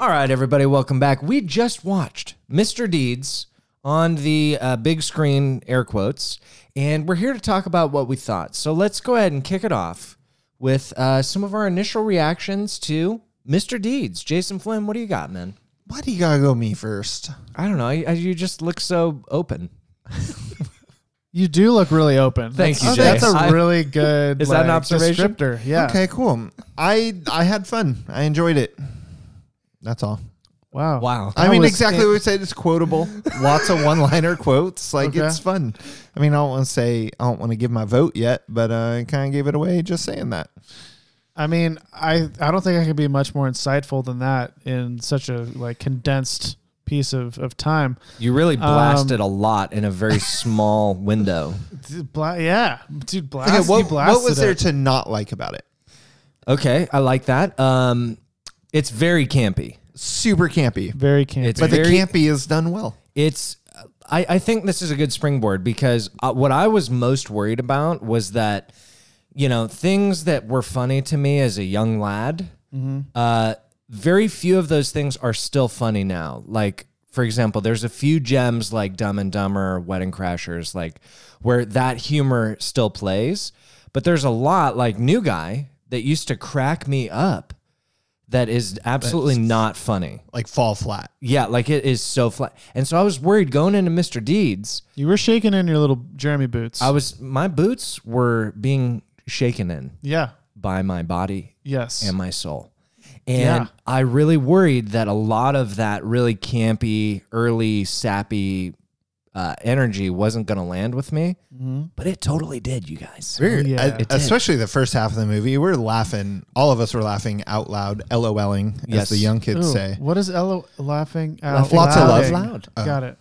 [SPEAKER 1] All right, everybody, welcome back. We just watched Mr. Deeds on the uh, big screen, air quotes, and we're here to talk about what we thought. So let's go ahead and kick it off with uh, some of our initial reactions to Mr. Deeds. Jason Flynn, what do you got, man?
[SPEAKER 3] Why do you got to go me first?
[SPEAKER 1] I don't know. I, I- you just look so open.
[SPEAKER 2] You do look really open.
[SPEAKER 1] Thank
[SPEAKER 2] That's-
[SPEAKER 1] you,
[SPEAKER 2] That's
[SPEAKER 1] Jay.
[SPEAKER 2] a
[SPEAKER 1] I-
[SPEAKER 2] really good.
[SPEAKER 1] Is that an
[SPEAKER 2] like,
[SPEAKER 1] observation?
[SPEAKER 2] Descriptor. Yeah.
[SPEAKER 3] Okay, cool. I I had fun. I enjoyed it. That's all.
[SPEAKER 2] Wow.
[SPEAKER 1] Wow.
[SPEAKER 3] I mean,
[SPEAKER 2] was-
[SPEAKER 3] exactly what we said. It's quotable. Lots of one-liner quotes. Like
[SPEAKER 2] Okay.
[SPEAKER 3] it's fun. I mean, I don't want to say I don't want to give my vote yet, but uh, I kind of gave it away just saying that.
[SPEAKER 2] I mean, I I don't think I could be much more insightful than that in such a like condensed piece of of time.
[SPEAKER 1] You really
[SPEAKER 3] Um,
[SPEAKER 1] blasted a lot in a very small window.
[SPEAKER 2] Dude, bla- yeah, dude, blast.
[SPEAKER 3] Okay,
[SPEAKER 2] he
[SPEAKER 3] what,
[SPEAKER 2] blasted
[SPEAKER 3] what was there
[SPEAKER 2] it.
[SPEAKER 3] to not like about it?
[SPEAKER 1] Okay, I like that. Um, it's very campy.
[SPEAKER 3] Super campy,
[SPEAKER 2] Very campy.
[SPEAKER 1] It's
[SPEAKER 3] but the
[SPEAKER 1] very-
[SPEAKER 3] campy is done well.
[SPEAKER 1] it's I, I think this is a good springboard because uh, what I was most worried about was that you know things that were funny to me as a young lad uh, very few of those things are still funny now like for example there's a few gems like dumb and dumber wedding crashers like where that humor still plays but there's a lot like new guy that used to crack me up that is absolutely not funny
[SPEAKER 3] Like fall flat.
[SPEAKER 1] yeah, like it is so flat. And so I was worried going into Mr. Deeds.
[SPEAKER 2] you were shaking in your little Jeremy boots.
[SPEAKER 1] I was my boots were being shaken in
[SPEAKER 2] yeah.
[SPEAKER 1] by my body
[SPEAKER 2] Yes.
[SPEAKER 1] and my soul. And
[SPEAKER 2] Yeah.
[SPEAKER 1] I really worried that a lot of that really campy, early, sappy uh, energy wasn't going to land with me, but it totally did, you guys.
[SPEAKER 3] We're,
[SPEAKER 2] yeah.
[SPEAKER 3] uh,
[SPEAKER 2] It did.
[SPEAKER 3] especially the first half of the movie, we're laughing. All of us were laughing out loud, LOLing,
[SPEAKER 1] Yes.
[SPEAKER 3] as the young kids
[SPEAKER 2] Ooh,
[SPEAKER 3] say.
[SPEAKER 2] What is Ella laughing at?
[SPEAKER 3] Laughing Lots of loud.
[SPEAKER 1] love. Loud.
[SPEAKER 2] Got it.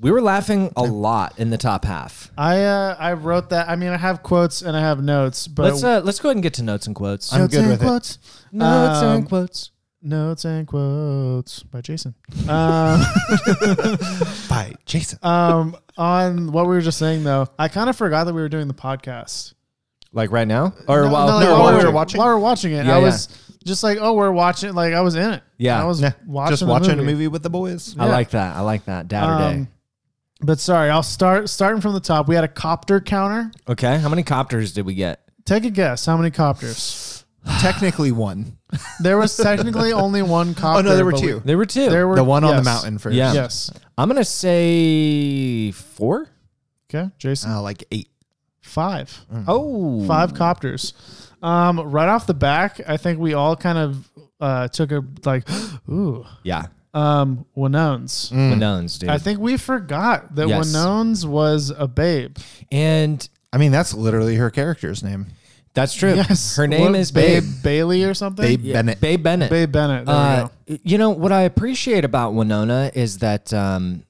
[SPEAKER 1] We were laughing a lot in the top half.
[SPEAKER 2] I uh, I wrote that. I mean, I have quotes and I have notes, but
[SPEAKER 1] Let's uh, let's go ahead and get to notes and quotes.
[SPEAKER 3] I'm
[SPEAKER 2] notes
[SPEAKER 3] good
[SPEAKER 2] and
[SPEAKER 3] with it.
[SPEAKER 2] quotes.
[SPEAKER 1] notes
[SPEAKER 2] Um,
[SPEAKER 1] and quotes.
[SPEAKER 2] Notes and quotes by Jason. Um,
[SPEAKER 3] By Jason.
[SPEAKER 2] um, on what we were just saying though, I kind of forgot that we were doing the podcast.
[SPEAKER 1] Like right now, or
[SPEAKER 2] No,
[SPEAKER 1] while,
[SPEAKER 2] no,
[SPEAKER 1] no,
[SPEAKER 2] like, while
[SPEAKER 1] we're
[SPEAKER 2] we were
[SPEAKER 1] watching.
[SPEAKER 2] while we were watching it,
[SPEAKER 1] Yeah,
[SPEAKER 2] I
[SPEAKER 1] yeah.
[SPEAKER 2] was just like, oh, we're watching. Like I was in it.
[SPEAKER 1] Yeah.
[SPEAKER 2] I was
[SPEAKER 3] Yeah.
[SPEAKER 2] watching
[SPEAKER 3] Just
[SPEAKER 2] the
[SPEAKER 3] watching
[SPEAKER 2] movie.
[SPEAKER 3] a movie with the boys.
[SPEAKER 1] I
[SPEAKER 2] Yeah.
[SPEAKER 1] like that. I like that. Dad or day.
[SPEAKER 2] Um, but sorry, I'll start starting from the top. We had a copter counter.
[SPEAKER 1] Okay, how many copters did we get?
[SPEAKER 2] Take a guess, how many copters?
[SPEAKER 3] Technically one.
[SPEAKER 2] There was technically only one copter.
[SPEAKER 3] Oh no, there were
[SPEAKER 2] but we-
[SPEAKER 3] two.
[SPEAKER 1] There were two.
[SPEAKER 2] there were
[SPEAKER 3] the one on the
[SPEAKER 2] yes.
[SPEAKER 3] mountain first.
[SPEAKER 1] Yeah.
[SPEAKER 2] Yes.
[SPEAKER 1] I'm gonna say four.
[SPEAKER 2] Okay, Jason.
[SPEAKER 3] Uh, like eight.
[SPEAKER 2] Five.
[SPEAKER 1] Oh,
[SPEAKER 2] Five copters. Um, right off the back, I think we all kind of uh, took a like, ooh,
[SPEAKER 1] Yeah,
[SPEAKER 2] um, Winones.
[SPEAKER 1] Minones, dude.
[SPEAKER 2] I think we forgot that
[SPEAKER 1] Mm. Yes.
[SPEAKER 2] Winones was a babe.
[SPEAKER 1] and
[SPEAKER 3] I mean, that's literally her character's name.
[SPEAKER 1] that's true.
[SPEAKER 2] Yes.
[SPEAKER 1] her name
[SPEAKER 2] What-
[SPEAKER 1] is Babe
[SPEAKER 2] Bailey or something.
[SPEAKER 3] Babe Bennett.
[SPEAKER 1] Babe Bennett.
[SPEAKER 2] Babe Bennett. There we
[SPEAKER 1] Uh,
[SPEAKER 2] go.
[SPEAKER 1] you know what I appreciate about Winona is that, um,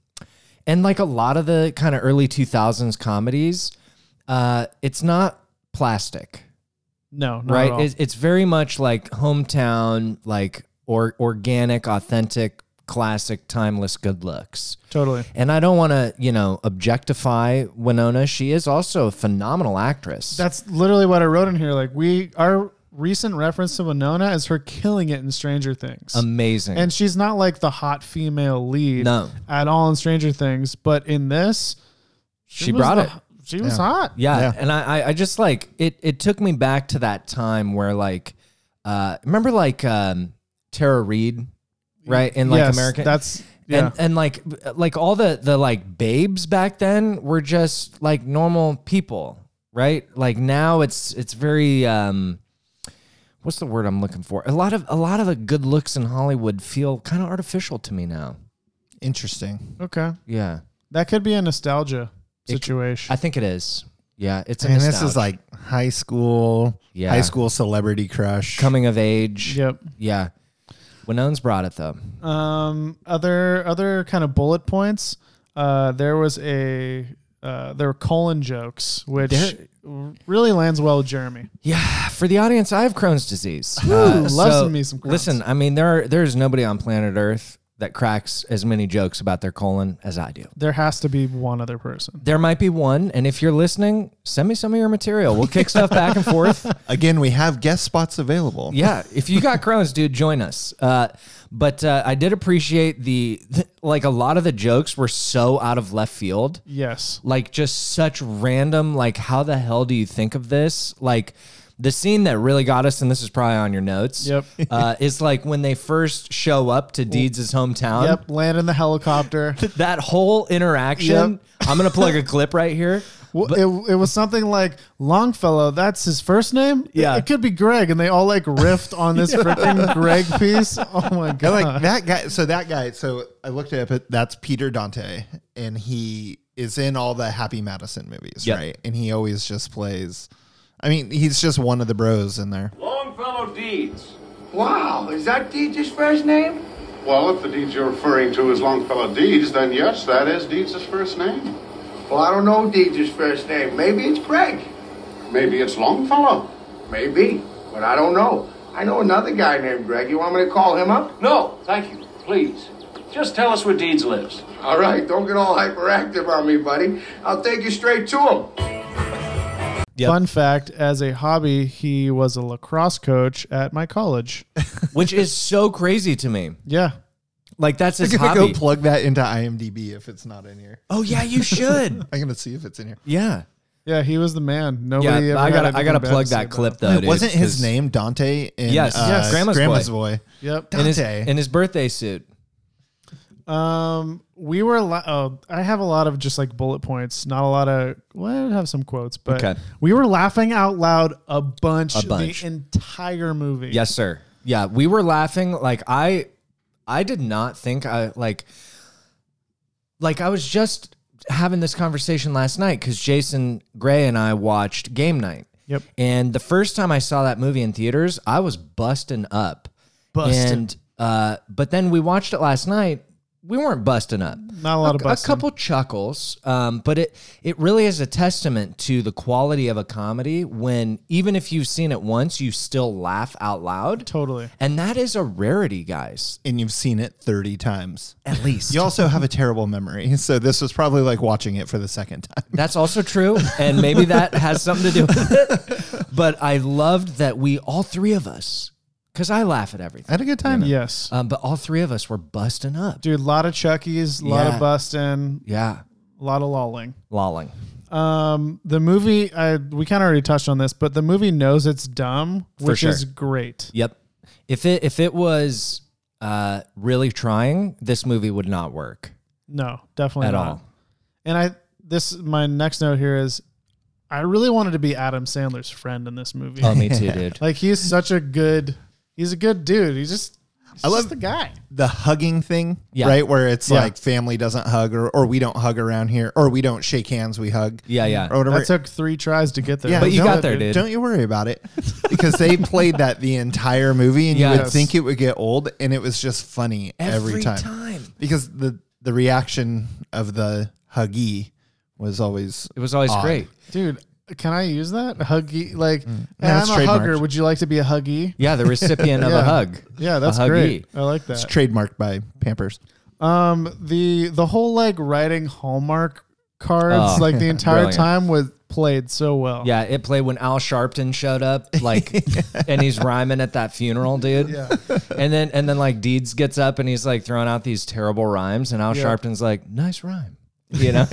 [SPEAKER 1] and like a lot of the kind of early 2000s comedies, uh, it's not plastic.
[SPEAKER 2] No, not At
[SPEAKER 1] right
[SPEAKER 2] all.
[SPEAKER 1] it's, it's very much like hometown like or organic authentic classic timeless good looks
[SPEAKER 2] totally.
[SPEAKER 1] and i don't want to you know objectify winona she is also a phenomenal actress
[SPEAKER 2] That's literally what I wrote in here. Like we, our recent reference to Winona is her killing it in Stranger Things.
[SPEAKER 1] amazing
[SPEAKER 2] and she's not like the hot female lead
[SPEAKER 1] No.
[SPEAKER 2] at all in Stranger Things, but in this,
[SPEAKER 1] she brought
[SPEAKER 2] was
[SPEAKER 1] it
[SPEAKER 2] the- She was hot.
[SPEAKER 1] yeah,
[SPEAKER 3] Yeah.
[SPEAKER 1] and I, I i just like it it took me back to that time where like uh remember like um tara reed right in like
[SPEAKER 2] Yes,
[SPEAKER 1] american
[SPEAKER 2] That's yeah.
[SPEAKER 1] And, and like like all the the like babes back then were just like normal people, right? Like now it's it's very um what's the word I'm looking for? A lot of a lot of the good looks in Hollywood feel kind of artificial to me now.
[SPEAKER 3] Interesting.
[SPEAKER 2] okay,
[SPEAKER 1] Yeah.
[SPEAKER 2] that could be a nostalgia
[SPEAKER 1] It-
[SPEAKER 2] situation.
[SPEAKER 1] I think it is. Yeah, it's a
[SPEAKER 3] And this is
[SPEAKER 1] nostalgia.
[SPEAKER 3] like high school,
[SPEAKER 1] Yeah.
[SPEAKER 3] high school celebrity crush.
[SPEAKER 1] coming of age.
[SPEAKER 2] yep.
[SPEAKER 1] Yeah. Winone's brought it though.
[SPEAKER 2] Um. Other other kind of bullet points. Uh. There was a. Uh, there were colon jokes, which really lands well with Jeremy.
[SPEAKER 1] Yeah, for the audience, I have Crohn's disease. Uh,
[SPEAKER 2] Ooh, loves me some Crohn's.
[SPEAKER 1] Listen, I mean, there are, there's nobody on planet Earth that cracks as many jokes about their colon as I do.
[SPEAKER 2] There has to be one other person.
[SPEAKER 1] There might be one, and if you're listening, send me some of your material. We'll kick stuff back and forth.
[SPEAKER 3] Again, we have guest spots available.
[SPEAKER 1] Yeah, if you got Crohn's, dude, join us. Uh, but uh, I did appreciate the like a lot of the jokes were so out of left field.
[SPEAKER 2] Yes.
[SPEAKER 1] like just such random like how the hell do you think of this like the scene that really got us and this is probably on your notes
[SPEAKER 2] Yep.
[SPEAKER 1] uh, is like when they first show up to deeds' hometown
[SPEAKER 2] Yep. Land in the helicopter.
[SPEAKER 1] that whole interaction
[SPEAKER 2] Yep.
[SPEAKER 1] i'm gonna plug a clip right here
[SPEAKER 2] Well, it, it was something like Longfellow. That's his first name.
[SPEAKER 1] Yeah.
[SPEAKER 2] it, could be Greg, and they all like riffed on this freaking Greg piece. Oh my
[SPEAKER 3] I
[SPEAKER 2] god!
[SPEAKER 3] like that guy. So that guy. So I looked it up. It, that's Peter Dante, and he is in all the Happy Madison movies,
[SPEAKER 1] Yep.
[SPEAKER 3] right? And he always just plays. I mean, he's just one of the bros in there.
[SPEAKER 8] Longfellow Deeds.
[SPEAKER 5] Wow, is that Deej's first name?
[SPEAKER 8] Well, if the Deeds you're referring to is Longfellow Deeds, then yes, that is Deeds' first name.
[SPEAKER 5] Well, I don't know Deej's first name. Maybe it's Greg.
[SPEAKER 8] Maybe it's Longfellow.
[SPEAKER 5] Maybe, but I don't know. I know another guy named Greg. You want me to call him up?
[SPEAKER 10] No, thank you. Please. Just tell us where Deeds lives.
[SPEAKER 5] All right, don't get all hyperactive on me, buddy. I'll take you straight to him.
[SPEAKER 1] Yep.
[SPEAKER 2] Fun fact: as a hobby, he was a lacrosse coach at my college.
[SPEAKER 1] which is so crazy to me
[SPEAKER 2] Yeah,
[SPEAKER 1] like that's his
[SPEAKER 3] I'm gonna go
[SPEAKER 1] hobby
[SPEAKER 3] plug that into IMDb if it's not in here.
[SPEAKER 1] oh yeah you should
[SPEAKER 3] I'm gonna see if it's in here.
[SPEAKER 1] yeah
[SPEAKER 2] yeah, he was the man.
[SPEAKER 1] yeah
[SPEAKER 2] Nobody. ever
[SPEAKER 1] i
[SPEAKER 2] had
[SPEAKER 1] gotta i gotta
[SPEAKER 2] anything bad
[SPEAKER 1] plug
[SPEAKER 2] to say
[SPEAKER 1] that
[SPEAKER 2] about
[SPEAKER 1] clip
[SPEAKER 2] him.
[SPEAKER 1] though dude,
[SPEAKER 3] Wasn't his
[SPEAKER 1] 'cause-
[SPEAKER 3] name Dante? In, uh,
[SPEAKER 1] Yes, yes. Grandma's
[SPEAKER 3] Grandma's,
[SPEAKER 1] Boy.
[SPEAKER 3] boy.
[SPEAKER 2] Yep.
[SPEAKER 1] in his,
[SPEAKER 3] Dante.
[SPEAKER 1] in his birthday suit
[SPEAKER 2] Um, we were. Li- oh, I have a lot of just like bullet points. Not a lot of. Well, I have some quotes, but
[SPEAKER 1] Okay.
[SPEAKER 2] we were laughing out loud a bunch,
[SPEAKER 1] A bunch.
[SPEAKER 2] the entire movie.
[SPEAKER 1] yes sir Yeah, we were laughing. Like I, I did not think I like, like I was just having this conversation last night because Jason Gray and I watched Game Night.
[SPEAKER 2] Yep.
[SPEAKER 1] And the first time I saw that movie in theaters, I was busting up.
[SPEAKER 2] Bustin'.
[SPEAKER 1] And uh, but then we watched it last night. We weren't busting up.
[SPEAKER 2] Not a lot of
[SPEAKER 1] a, a
[SPEAKER 2] bustin'.
[SPEAKER 1] couple chuckles, um, but it it really is a testament to the quality of a comedy when even if you've seen it once, you still laugh out loud.
[SPEAKER 2] Totally.
[SPEAKER 1] And that is a rarity, guys.
[SPEAKER 3] and you've seen it 30 times.
[SPEAKER 1] At least
[SPEAKER 3] You also have a terrible memory. So this was probably like watching it for the second time.
[SPEAKER 1] That's also true, and maybe that has something to do with it. But I loved that we all three of us, because I laugh at
[SPEAKER 3] I
[SPEAKER 1] everything.
[SPEAKER 3] had a good time.
[SPEAKER 2] Yes.
[SPEAKER 1] Um, but all three of us were busting up.
[SPEAKER 2] Dude, a lot of Chuckies, a lot
[SPEAKER 1] Yeah.
[SPEAKER 2] of busting,
[SPEAKER 1] Yeah,
[SPEAKER 2] a lot of lolling.
[SPEAKER 1] lolling.
[SPEAKER 2] Um, the movie, I we kind of already touched on this, but the movie knows it's dumb,
[SPEAKER 1] For
[SPEAKER 2] which
[SPEAKER 1] sure.
[SPEAKER 2] is great.
[SPEAKER 1] Yep. If it if it was uh, really trying, this movie would not work
[SPEAKER 2] No, definitely
[SPEAKER 1] at
[SPEAKER 2] not.
[SPEAKER 1] all.
[SPEAKER 2] And I this my next note here is, I really wanted to be Adam Sandler's friend in this movie.
[SPEAKER 1] Oh, me too, dude.
[SPEAKER 2] like he's such a good, he's a good dude. He's just, I
[SPEAKER 3] love-
[SPEAKER 2] love the guy.
[SPEAKER 3] The hugging thing,
[SPEAKER 1] Yeah.
[SPEAKER 3] right? Where it's
[SPEAKER 2] Yeah.
[SPEAKER 3] like family doesn't hug or, or we don't hug around here or we don't shake hands, we hug.
[SPEAKER 1] Yeah, yeah.
[SPEAKER 3] Or whatever.
[SPEAKER 2] That took three tries to get there.
[SPEAKER 3] Yeah,
[SPEAKER 1] But you
[SPEAKER 3] don't-
[SPEAKER 1] got there, dude.
[SPEAKER 3] Don't you worry about it because they played that the entire movie and you would
[SPEAKER 1] Yes.
[SPEAKER 3] think it would get old and it was just funny every, time. because the the reaction of the huggy was always
[SPEAKER 1] It was always
[SPEAKER 3] Odd.
[SPEAKER 1] great.
[SPEAKER 2] dude. Can I use that huggy? Like,
[SPEAKER 1] Mm.
[SPEAKER 2] hey,
[SPEAKER 3] No,
[SPEAKER 2] I'm a
[SPEAKER 3] it's
[SPEAKER 2] hugger.
[SPEAKER 3] trademarked.
[SPEAKER 2] Would you like to be a huggy?
[SPEAKER 1] Yeah, the recipient of a
[SPEAKER 2] Yeah.
[SPEAKER 1] hug.
[SPEAKER 2] Yeah, that's
[SPEAKER 1] huggy.
[SPEAKER 2] great. I like that.
[SPEAKER 3] it's trademarked by Pampers.
[SPEAKER 2] Um, the the whole like writing Hallmark cards
[SPEAKER 1] Oh,
[SPEAKER 2] like the entire
[SPEAKER 1] brilliant.
[SPEAKER 2] time was played so well.
[SPEAKER 1] Yeah, it played when Al Sharpton showed up, like, and he's rhyming at that funeral, dude. Yeah. And then and then like Deeds gets up and he's like throwing out these terrible rhymes, and Al
[SPEAKER 2] Yeah.
[SPEAKER 1] Sharpton's like, "Nice rhyme," you know.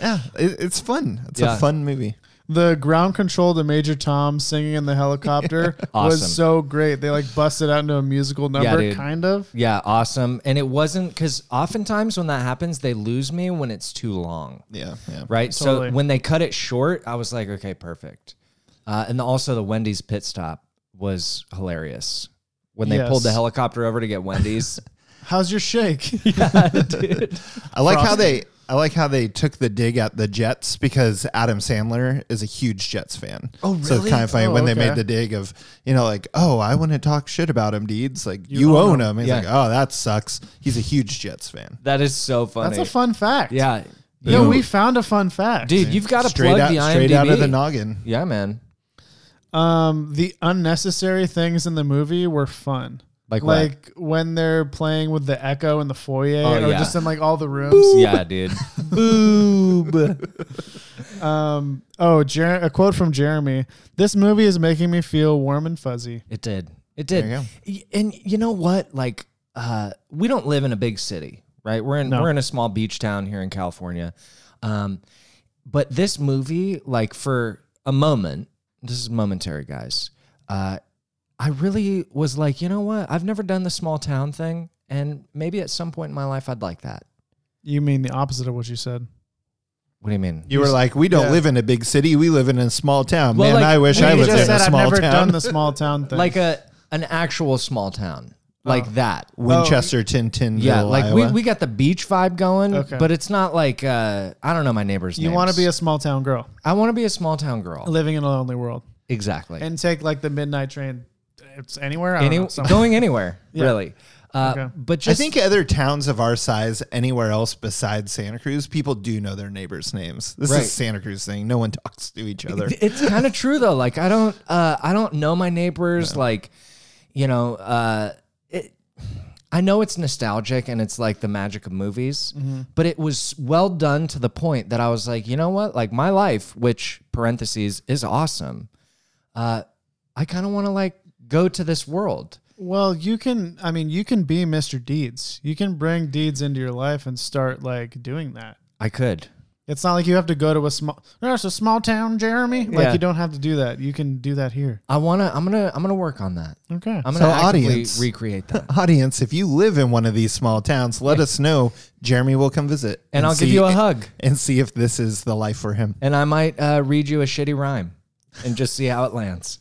[SPEAKER 3] Yeah, it, it's fun. It's
[SPEAKER 1] Yeah.
[SPEAKER 3] a fun movie.
[SPEAKER 2] The ground control to Major Tom singing in the helicopter
[SPEAKER 1] Awesome.
[SPEAKER 2] was so great. They like busted out into a musical number,
[SPEAKER 1] dude.
[SPEAKER 2] kind of.
[SPEAKER 1] yeah, awesome. And it wasn't because oftentimes when that happens, they lose me when it's too long.
[SPEAKER 3] Yeah, yeah.
[SPEAKER 1] Right.
[SPEAKER 2] Totally.
[SPEAKER 1] So when they cut it short, I was like, okay, perfect. Uh, and also the Wendy's pit stop was hilarious when they
[SPEAKER 2] Yes.
[SPEAKER 1] pulled the helicopter over to get Wendy's.
[SPEAKER 2] How's your shake?
[SPEAKER 1] dude.
[SPEAKER 3] I like how they I like how they took the dig at the Jets because Adam Sandler is a huge Jets fan. Oh, really? So it's kind of funny
[SPEAKER 2] Oh,
[SPEAKER 3] when they
[SPEAKER 2] okay.
[SPEAKER 3] made the dig of you know like oh I want to talk shit about him Deeds like you, own, him. He's
[SPEAKER 1] Yeah.
[SPEAKER 3] like oh that sucks. He's a huge Jets fan.
[SPEAKER 1] That is so funny.
[SPEAKER 2] That's a fun fact.
[SPEAKER 1] Yeah.
[SPEAKER 2] Yo,
[SPEAKER 1] You-
[SPEAKER 2] we found a fun fact.
[SPEAKER 1] dude, you've got to
[SPEAKER 3] Straight
[SPEAKER 1] plug
[SPEAKER 3] out,
[SPEAKER 1] the IMDb.
[SPEAKER 3] straight out of the noggin.
[SPEAKER 1] Yeah, man.
[SPEAKER 2] Um, the unnecessary things in the movie were fun.
[SPEAKER 1] Like what?
[SPEAKER 2] like when they're playing with the echo in the foyer,
[SPEAKER 1] Oh,
[SPEAKER 2] or
[SPEAKER 1] yeah.
[SPEAKER 2] just in like all the rooms.
[SPEAKER 1] Yeah, dude. Boob.
[SPEAKER 2] Um, oh, Jer- a quote from Jeremy. This movie is making me feel warm and fuzzy.
[SPEAKER 1] It did. It did.
[SPEAKER 3] There
[SPEAKER 1] Y- And you know what? Like, uh, we don't live in a big city, right? We're in
[SPEAKER 2] No.
[SPEAKER 1] we're in a small beach town here in California. Um, but this movie, like for a moment, this is momentary, guys. Uh, I really was like, you know what? I've never done the small town thing, and maybe at some point in my life, I'd like that.
[SPEAKER 2] You mean the opposite of what you said?
[SPEAKER 1] What do you mean?
[SPEAKER 3] You were like we don't
[SPEAKER 2] Yeah.
[SPEAKER 3] live in a big city. We live in a small town.
[SPEAKER 1] Well,
[SPEAKER 3] Man,
[SPEAKER 1] like,
[SPEAKER 3] I wish
[SPEAKER 1] we
[SPEAKER 3] I
[SPEAKER 2] you
[SPEAKER 3] lived
[SPEAKER 2] just
[SPEAKER 3] in a
[SPEAKER 2] said I've
[SPEAKER 3] small
[SPEAKER 2] never
[SPEAKER 3] town.
[SPEAKER 2] done the small town uh, thing.
[SPEAKER 1] like a an actual small town like that.
[SPEAKER 3] Winchester, Tintinville,
[SPEAKER 1] Yeah, like we,
[SPEAKER 3] Iowa.
[SPEAKER 1] we got the beach vibe going,
[SPEAKER 2] Okay.
[SPEAKER 1] but it's not like uh, I don't know my neighbors.
[SPEAKER 2] you want to be a small town girl
[SPEAKER 1] I want to be a small town girl.
[SPEAKER 2] living in a lonely world
[SPEAKER 1] Exactly.
[SPEAKER 2] and take like the midnight train. It's anywhere. I don't
[SPEAKER 1] Any,
[SPEAKER 2] know, somewhere.
[SPEAKER 1] going anywhere really, uh,
[SPEAKER 2] Okay.
[SPEAKER 1] but just
[SPEAKER 3] I think other towns of our size, anywhere else besides Santa Cruz, people do know their neighbors' names. This
[SPEAKER 1] Right.
[SPEAKER 3] is Santa Cruz thing. No one talks to each other.
[SPEAKER 1] it's kind of true though. Like I don't uh, I don't know my neighbors. Like you know, uh, it, I know it's nostalgic and it's like the magic of movies,
[SPEAKER 3] Mm-hmm.
[SPEAKER 1] but it was well done to the point that I was like, you know what? Like my life, which parentheses is awesome. Uh, I kind of want to like go to this world.
[SPEAKER 2] Well, you can. I mean, you can be Mr. Deeds. You can bring Deeds into your life and start like doing that.
[SPEAKER 1] I could.
[SPEAKER 2] It's not like you have to go to a small. There's a small town, Jeremy. Like
[SPEAKER 1] Yeah.
[SPEAKER 2] you don't have to do that. You can do that here.
[SPEAKER 1] I wanna. I'm gonna. I'm gonna work on that.
[SPEAKER 2] Okay.
[SPEAKER 1] I'm gonna
[SPEAKER 3] Mm-hmm. So,
[SPEAKER 1] actively
[SPEAKER 3] audience.
[SPEAKER 1] recreate that.
[SPEAKER 3] Audience, if you live in one of these small towns, let us know. Jeremy will come visit,
[SPEAKER 1] And I'll give you a hug.
[SPEAKER 3] and see if this is the life for him.
[SPEAKER 1] and I might uh, read you a shitty rhyme and just see how it lands.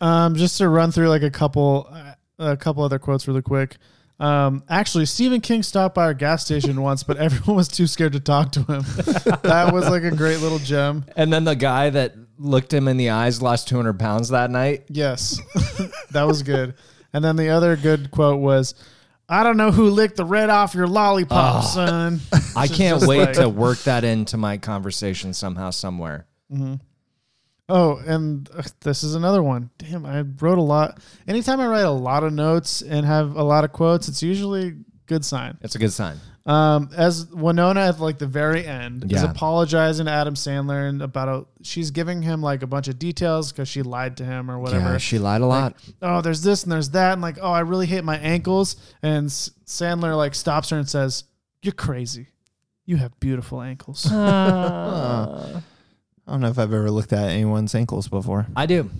[SPEAKER 2] Um, just to run through like a couple, uh, a couple other quotes really quick. Um, actually, Stephen King stopped by our gas station once, but everyone was too scared to talk to him. that was like a great little gem.
[SPEAKER 1] And then the guy that looked him in the eyes lost 200 pounds that night.
[SPEAKER 2] Yes, that was good. And then the other good quote was, "I don't know who licked the red off your lollipop,
[SPEAKER 1] Oh.
[SPEAKER 2] son."
[SPEAKER 1] I
[SPEAKER 2] Just-
[SPEAKER 1] can't
[SPEAKER 2] just
[SPEAKER 1] wait
[SPEAKER 2] like-
[SPEAKER 1] to work that into my conversation somehow, somewhere.
[SPEAKER 2] Mhm. Oh, and uh, this is another one. Damn, I wrote a lot. Anytime I write a lot of notes and have a lot of quotes, it's usually good sign.
[SPEAKER 1] It's a good sign.
[SPEAKER 2] Um, as Winona at like the very end is
[SPEAKER 1] Yeah.
[SPEAKER 2] apologizing to Adam Sandler and about a, she's giving him like a bunch of details because she lied to him or whatever.
[SPEAKER 1] Yeah, she lied a lot.
[SPEAKER 2] oh, there's this and there's that and like oh, I really hit my ankles. And S- Sandler like stops her and says, "You're crazy. You have beautiful ankles."
[SPEAKER 3] Uh. I don't know if I've ever looked at anyone's ankles before.
[SPEAKER 1] I do.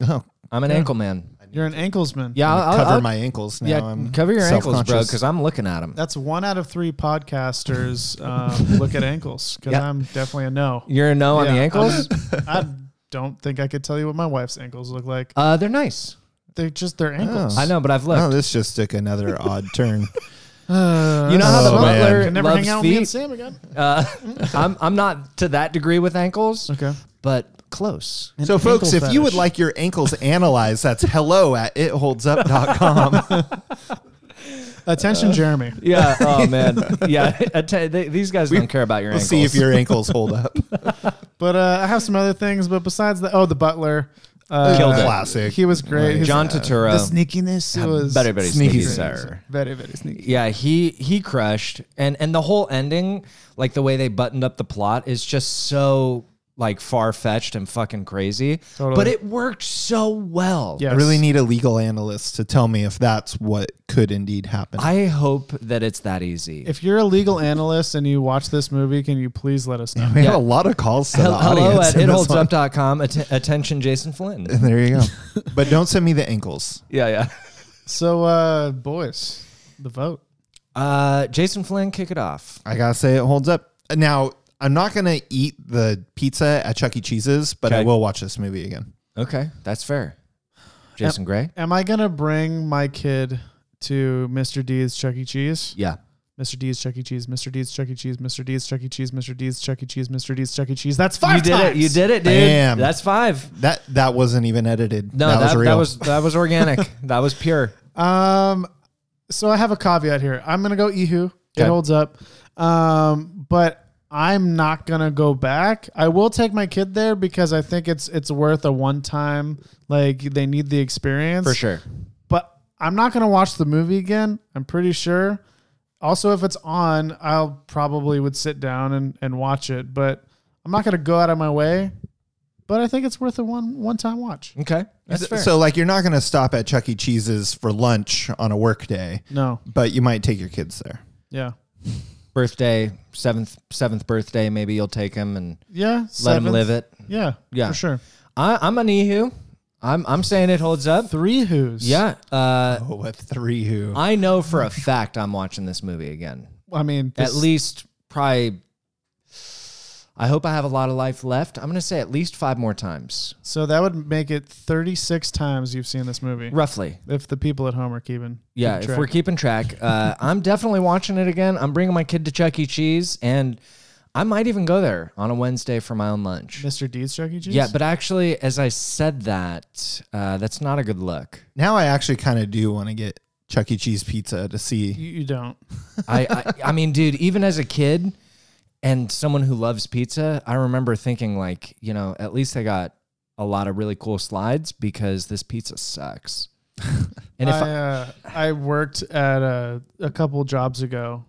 [SPEAKER 3] Oh,
[SPEAKER 1] I'm an
[SPEAKER 2] Yeah.
[SPEAKER 1] ankle man.
[SPEAKER 2] You're an ankles man.
[SPEAKER 1] Yeah, I'll, I'll-
[SPEAKER 3] cover
[SPEAKER 1] I'll-
[SPEAKER 3] my ankles now.
[SPEAKER 1] Yeah,
[SPEAKER 3] I'm
[SPEAKER 1] cover your ankles, bro,
[SPEAKER 3] self-conscious.
[SPEAKER 1] because I'm looking at them.
[SPEAKER 2] That's one out of three podcasters um, look at ankles because
[SPEAKER 1] Yeah.
[SPEAKER 2] I'm definitely a no.
[SPEAKER 1] You're a no on the
[SPEAKER 2] Yeah,
[SPEAKER 1] ankles.
[SPEAKER 2] I don't think I could tell you what my wife's ankles look like.
[SPEAKER 1] Uh, they're nice.
[SPEAKER 2] They're just their ankles.
[SPEAKER 1] Oh. I know, but I've
[SPEAKER 3] No,
[SPEAKER 1] looked.
[SPEAKER 3] Oh, this just took another odd turn.
[SPEAKER 2] Uh,
[SPEAKER 1] You know how the
[SPEAKER 3] Oh, man.
[SPEAKER 1] butler
[SPEAKER 2] can never
[SPEAKER 1] loves
[SPEAKER 2] hang out with me
[SPEAKER 1] feet.
[SPEAKER 2] and Sam again.
[SPEAKER 1] Uh, I'm I'm not to that degree with ankles,
[SPEAKER 2] Okay.
[SPEAKER 1] but close.
[SPEAKER 2] An
[SPEAKER 3] So, folks,
[SPEAKER 2] ankle
[SPEAKER 3] if you would
[SPEAKER 2] fetish.
[SPEAKER 3] like your ankles analyzed, that's hello at itholdsup.com.
[SPEAKER 2] attention, Jeremy.
[SPEAKER 1] Yeah. Oh man. Yeah. Atta- they, these guys don't care about your
[SPEAKER 3] We'll
[SPEAKER 1] ankles.
[SPEAKER 3] see if your ankles hold up.
[SPEAKER 2] But uh, I have some other things. But besides that, oh, the butler uh,
[SPEAKER 1] Killed it.
[SPEAKER 3] Classic.
[SPEAKER 2] He was great. His-
[SPEAKER 1] John Turturro.
[SPEAKER 2] The sneakiness was
[SPEAKER 1] very, very sneaky,
[SPEAKER 2] crazy.
[SPEAKER 1] sir.
[SPEAKER 2] Very very sneaky.
[SPEAKER 1] Yeah, he he crushed, and and the whole ending, like the way they buttoned up the plot, is just so like far fetched and fucking crazy.
[SPEAKER 2] Totally.
[SPEAKER 1] But it worked so well.
[SPEAKER 2] Yes.
[SPEAKER 3] I really need a legal analyst to tell me if that's what could indeed happen.
[SPEAKER 1] I hope that it's that easy.
[SPEAKER 2] If you're a legal analyst and you watch this movie, can you please let us know?
[SPEAKER 3] we had a lot of calls to
[SPEAKER 1] Hel-
[SPEAKER 3] the
[SPEAKER 1] Hello
[SPEAKER 3] audience.
[SPEAKER 1] at
[SPEAKER 3] in this one.
[SPEAKER 1] itholdsup.com. Att- attention, Jason Flynn.
[SPEAKER 3] There you go. but don't send me the ankles.
[SPEAKER 1] Yeah, yeah.
[SPEAKER 2] So, uh, boys, the vote.
[SPEAKER 1] Uh, Jason Flynn, kick it off.
[SPEAKER 3] I gotta say it holds up. Now I'm not gonna eat the pizza at Chuck E. Cheese's, but I
[SPEAKER 1] Okay.
[SPEAKER 3] will watch this movie again.
[SPEAKER 1] Okay, that's fair. Jason Gray.
[SPEAKER 2] Am I gonna bring my kid to Mr. D's Chuck E. Cheese?
[SPEAKER 1] Yeah.
[SPEAKER 2] Mr. D's Chuck E. Cheese. Mr. D's Chuck E. Cheese. Mr. D's Chuck E. Cheese. Mr. D's Chuck E. Cheese. Mr. D's Chuck E. Cheese. That's five.
[SPEAKER 1] you did it. You
[SPEAKER 2] times.
[SPEAKER 1] did it, dude.
[SPEAKER 3] Damn.
[SPEAKER 1] That's five.
[SPEAKER 3] That that wasn't even edited.
[SPEAKER 1] No,
[SPEAKER 3] that, was real.
[SPEAKER 1] that was that was organic. that was pure.
[SPEAKER 2] Um, so I have a caveat here. I'm gonna go Ehu. It
[SPEAKER 1] Okay.
[SPEAKER 2] holds up. Um, but I'm not gonna go back. I will take my kid there because I think it's it's worth a one time. Like they need the experience
[SPEAKER 1] For sure.
[SPEAKER 2] but I'm not gonna watch the movie again. I'm pretty sure. Also, if it's on, I'll probably would sit down and, and watch it. But I'm not gonna go out of my way. But I think it's worth a one one time watch.
[SPEAKER 1] Okay. That's fair.
[SPEAKER 3] So like you're not gonna stop at Chuck E. Cheese's for lunch on a work day,
[SPEAKER 2] No,
[SPEAKER 3] but you might take your kids there.
[SPEAKER 2] yeah,
[SPEAKER 1] birthday, seventh seventh birthday, maybe you'll take him and
[SPEAKER 2] yeah.
[SPEAKER 1] let him live it.
[SPEAKER 2] Yeah,
[SPEAKER 1] Yeah.
[SPEAKER 2] for sure.
[SPEAKER 1] I, I'm an Ehu. I'm I'm saying it holds up.
[SPEAKER 2] Three who's.
[SPEAKER 1] Yeah. Uh,
[SPEAKER 3] Oh, with three who?
[SPEAKER 1] I know for a fact I'm watching this movie again.
[SPEAKER 2] I mean,
[SPEAKER 1] At least probably. I hope I have a lot of life left. I'm gonna say at least five more times,
[SPEAKER 2] so that would make it 36 times you've seen this movie.
[SPEAKER 1] roughly.
[SPEAKER 2] If the people at home are keeping.
[SPEAKER 1] Yeah,
[SPEAKER 2] keeping
[SPEAKER 1] if
[SPEAKER 2] track.
[SPEAKER 1] we're keeping track, uh, I'm definitely watching it again. I'm bringing my kid to Chuck E. Cheese, and I might even go there on a Wednesday for my own lunch.
[SPEAKER 2] Mr. D's Chuck E. Cheese.
[SPEAKER 1] Yeah, but actually, as I said that, uh, that's not a good look.
[SPEAKER 3] Now I actually kind of do want to get Chuck E. Cheese pizza to see.
[SPEAKER 2] you, you don't.
[SPEAKER 1] I, I, I mean, dude, even as a kid and someone who loves pizza, I remember thinking like, you know, at least I got a lot of really cool slides because this pizza sucks. And if
[SPEAKER 2] I,
[SPEAKER 1] I,
[SPEAKER 2] uh, I worked at a, a couple jobs ago,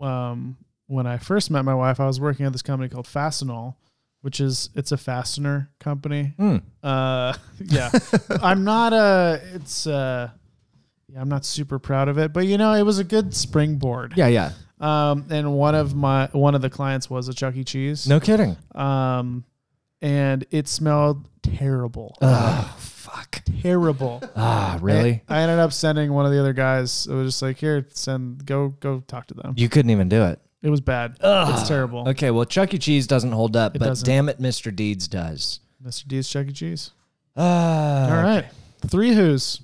[SPEAKER 2] um, when I first met my wife, I was working at this company called Fastenal, which is it's a fastener company.
[SPEAKER 1] Hmm.
[SPEAKER 2] Uh, yeah, I'm not a. It's uh, yeah, I'm not super proud of it, but you know, it was a good springboard.
[SPEAKER 1] yeah, yeah,
[SPEAKER 2] Um, and one of my one of the clients was a Chuck E. Cheese.
[SPEAKER 1] no kidding.
[SPEAKER 2] Um, and it smelled terrible.
[SPEAKER 1] Oh, fuck.
[SPEAKER 2] Terrible.
[SPEAKER 1] Ah, really?
[SPEAKER 2] I ended up sending one of the other guys. It was just like, here, send, go, go talk to them.
[SPEAKER 1] You couldn't even do it.
[SPEAKER 2] It was bad. It's terrible.
[SPEAKER 1] Okay, well, Chuck E. Cheese doesn't hold up, but
[SPEAKER 2] doesn't.
[SPEAKER 1] damn it, Mr. Deeds does.
[SPEAKER 2] Mr. D's Chuck E. Cheese.
[SPEAKER 1] Uh,
[SPEAKER 2] All right. Three who's.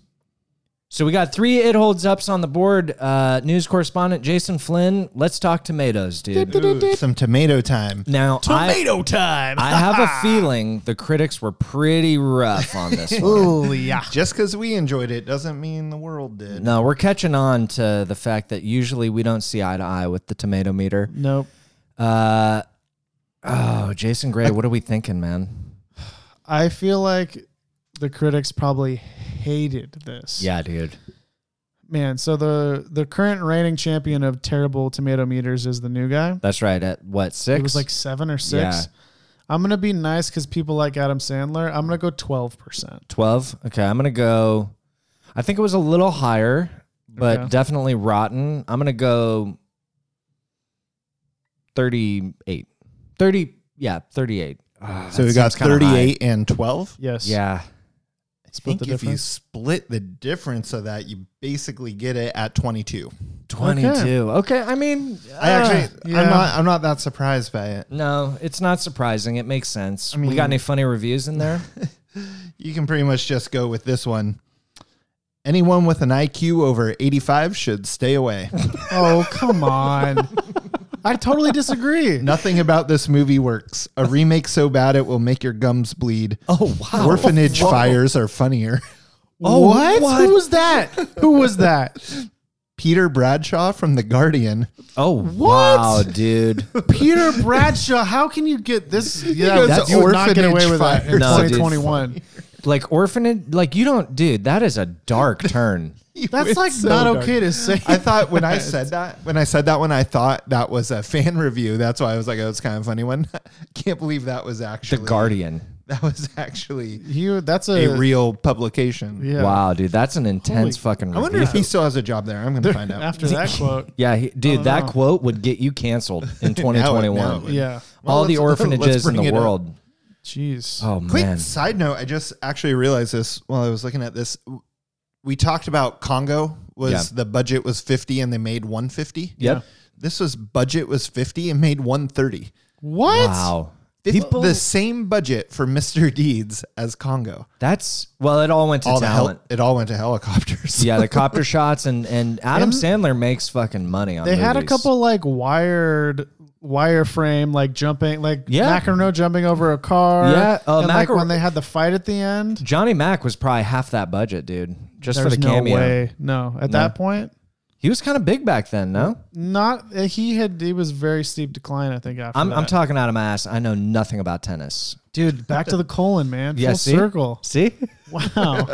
[SPEAKER 1] So we got three it holds ups on the board. Uh, news correspondent Jason Flynn. Let's talk tomatoes, dude.
[SPEAKER 3] Ooh, some tomato time.
[SPEAKER 1] Now I,
[SPEAKER 2] time.
[SPEAKER 1] I have a feeling the critics were pretty rough on this one.
[SPEAKER 2] Oh, yeah.
[SPEAKER 3] Just because we enjoyed it doesn't mean the world did.
[SPEAKER 1] No, we're catching on to the fact that usually we don't see eye to eye with the tomato meter.
[SPEAKER 2] Nope.
[SPEAKER 1] Uh, oh, Jason Gray, what are we thinking, man?
[SPEAKER 2] I feel like the critics probably hated this.
[SPEAKER 1] Yeah, dude.
[SPEAKER 2] Man, so the the current reigning champion of terrible tomato meters is the new guy.
[SPEAKER 1] That's right. At what, six?
[SPEAKER 2] It was like seven or six.
[SPEAKER 1] Yeah.
[SPEAKER 2] I'm gonna be nice because people like Adam Sandler. I'm gonna go twelve percent.
[SPEAKER 1] 12. Okay, I'm going to go. I think it was a little higher, but
[SPEAKER 2] Okay.
[SPEAKER 1] definitely rotten. I'm going to go 38. 30. Yeah, 38. Ah,
[SPEAKER 3] so
[SPEAKER 1] that
[SPEAKER 3] we got
[SPEAKER 1] seems kinda
[SPEAKER 3] 38 and 12.
[SPEAKER 2] Yes.
[SPEAKER 1] high. Yeah.
[SPEAKER 3] I think
[SPEAKER 2] the
[SPEAKER 3] if you
[SPEAKER 2] difference.
[SPEAKER 3] split the difference of that, you basically get it at 22.
[SPEAKER 1] 22. Okay, I mean, uh,
[SPEAKER 3] I actually,
[SPEAKER 2] yeah.
[SPEAKER 3] I'm not, I'm not that surprised by it.
[SPEAKER 1] no, it's not surprising. It makes sense. we
[SPEAKER 3] mean-
[SPEAKER 1] got any funny reviews in there?
[SPEAKER 3] You can pretty much just go with this one. Anyone with an IQ over 85 should stay away.
[SPEAKER 2] Oh come on. I totally disagree.
[SPEAKER 3] Nothing about this movie works. A remake so bad it will make your gums bleed.
[SPEAKER 1] oh, wow.
[SPEAKER 3] Orphanage fires are funnier.
[SPEAKER 2] Oh, what? Who was that? Who was that?
[SPEAKER 3] Peter Bradshaw from The Guardian.
[SPEAKER 1] Oh, wow, dude.
[SPEAKER 2] Peter Bradshaw. How can you get this? Yeah,
[SPEAKER 3] goes
[SPEAKER 2] that's,
[SPEAKER 3] to
[SPEAKER 2] you would not get
[SPEAKER 3] orphanage
[SPEAKER 2] away with that in
[SPEAKER 1] fires. No, dude.
[SPEAKER 2] 2021.
[SPEAKER 1] like orphanage, like you don't, dude, that is a dark turn.
[SPEAKER 2] That's
[SPEAKER 3] It's
[SPEAKER 2] like
[SPEAKER 3] so
[SPEAKER 2] not
[SPEAKER 3] dark.
[SPEAKER 2] okay to say.
[SPEAKER 3] I thought when I said that, when I said that one, I thought that was a fan review. That's why I was like, oh, it's kind of a funny one. Can't believe that was
[SPEAKER 1] The
[SPEAKER 3] actually
[SPEAKER 1] Guardian.
[SPEAKER 3] That was actually
[SPEAKER 2] you. That's a,
[SPEAKER 3] a real publication.
[SPEAKER 2] Yeah.
[SPEAKER 1] Wow, dude, that's an intense fucking
[SPEAKER 3] I
[SPEAKER 1] review.
[SPEAKER 3] wonder if he still has a job there. I'm going to find out.
[SPEAKER 2] After that quote,
[SPEAKER 1] Yeah, he, dude,
[SPEAKER 2] don't
[SPEAKER 1] that
[SPEAKER 2] know.
[SPEAKER 1] quote would get you canceled in
[SPEAKER 3] Oh, now it
[SPEAKER 1] 2021.
[SPEAKER 3] would.
[SPEAKER 2] yeah.
[SPEAKER 1] All
[SPEAKER 3] Well,
[SPEAKER 1] the
[SPEAKER 3] let's- let's
[SPEAKER 1] orphanages in
[SPEAKER 3] bring
[SPEAKER 1] the
[SPEAKER 3] it up.
[SPEAKER 1] world.
[SPEAKER 2] Jeez.
[SPEAKER 1] Oh
[SPEAKER 3] Quick
[SPEAKER 1] man,
[SPEAKER 3] side note, I just actually realized this while I was looking at this. We talked about Congo was
[SPEAKER 1] Yeah.
[SPEAKER 3] the budget was 50 and they made 150.
[SPEAKER 1] Yep.
[SPEAKER 3] This was budget was 50 and made 130.
[SPEAKER 2] What?
[SPEAKER 1] wow,
[SPEAKER 3] Fif-
[SPEAKER 1] people.
[SPEAKER 3] the same budget for Mr. Deeds as Congo.
[SPEAKER 1] that's well, it all went to
[SPEAKER 3] All the hel-
[SPEAKER 1] talent.
[SPEAKER 3] it all went to helicopters.
[SPEAKER 1] yeah, the copter shots and and Adam
[SPEAKER 2] And-
[SPEAKER 1] Sandler makes fucking money on.
[SPEAKER 2] They had a
[SPEAKER 1] movies.
[SPEAKER 2] couple like wired wireframe, like jumping, like
[SPEAKER 1] Yeah.
[SPEAKER 2] Macaroni jumping over a car.
[SPEAKER 1] Yeah, uh,
[SPEAKER 2] and like
[SPEAKER 1] Macar-
[SPEAKER 2] when they had the fight at the end.
[SPEAKER 1] Johnny Mack was probably half that budget, dude. Just
[SPEAKER 2] There's
[SPEAKER 1] for the
[SPEAKER 2] no
[SPEAKER 1] cameo,
[SPEAKER 2] way. No, at that point,
[SPEAKER 1] he was kind of big back then. No,
[SPEAKER 2] not. He had. He was very steep decline. I think after.
[SPEAKER 1] I'm
[SPEAKER 2] that.
[SPEAKER 1] I'm talking out of my ass. I know nothing about tennis.
[SPEAKER 2] dude. Back to the colon, man.
[SPEAKER 1] Yeah,
[SPEAKER 2] Full
[SPEAKER 1] see?
[SPEAKER 2] circle.
[SPEAKER 1] See,
[SPEAKER 2] Wow.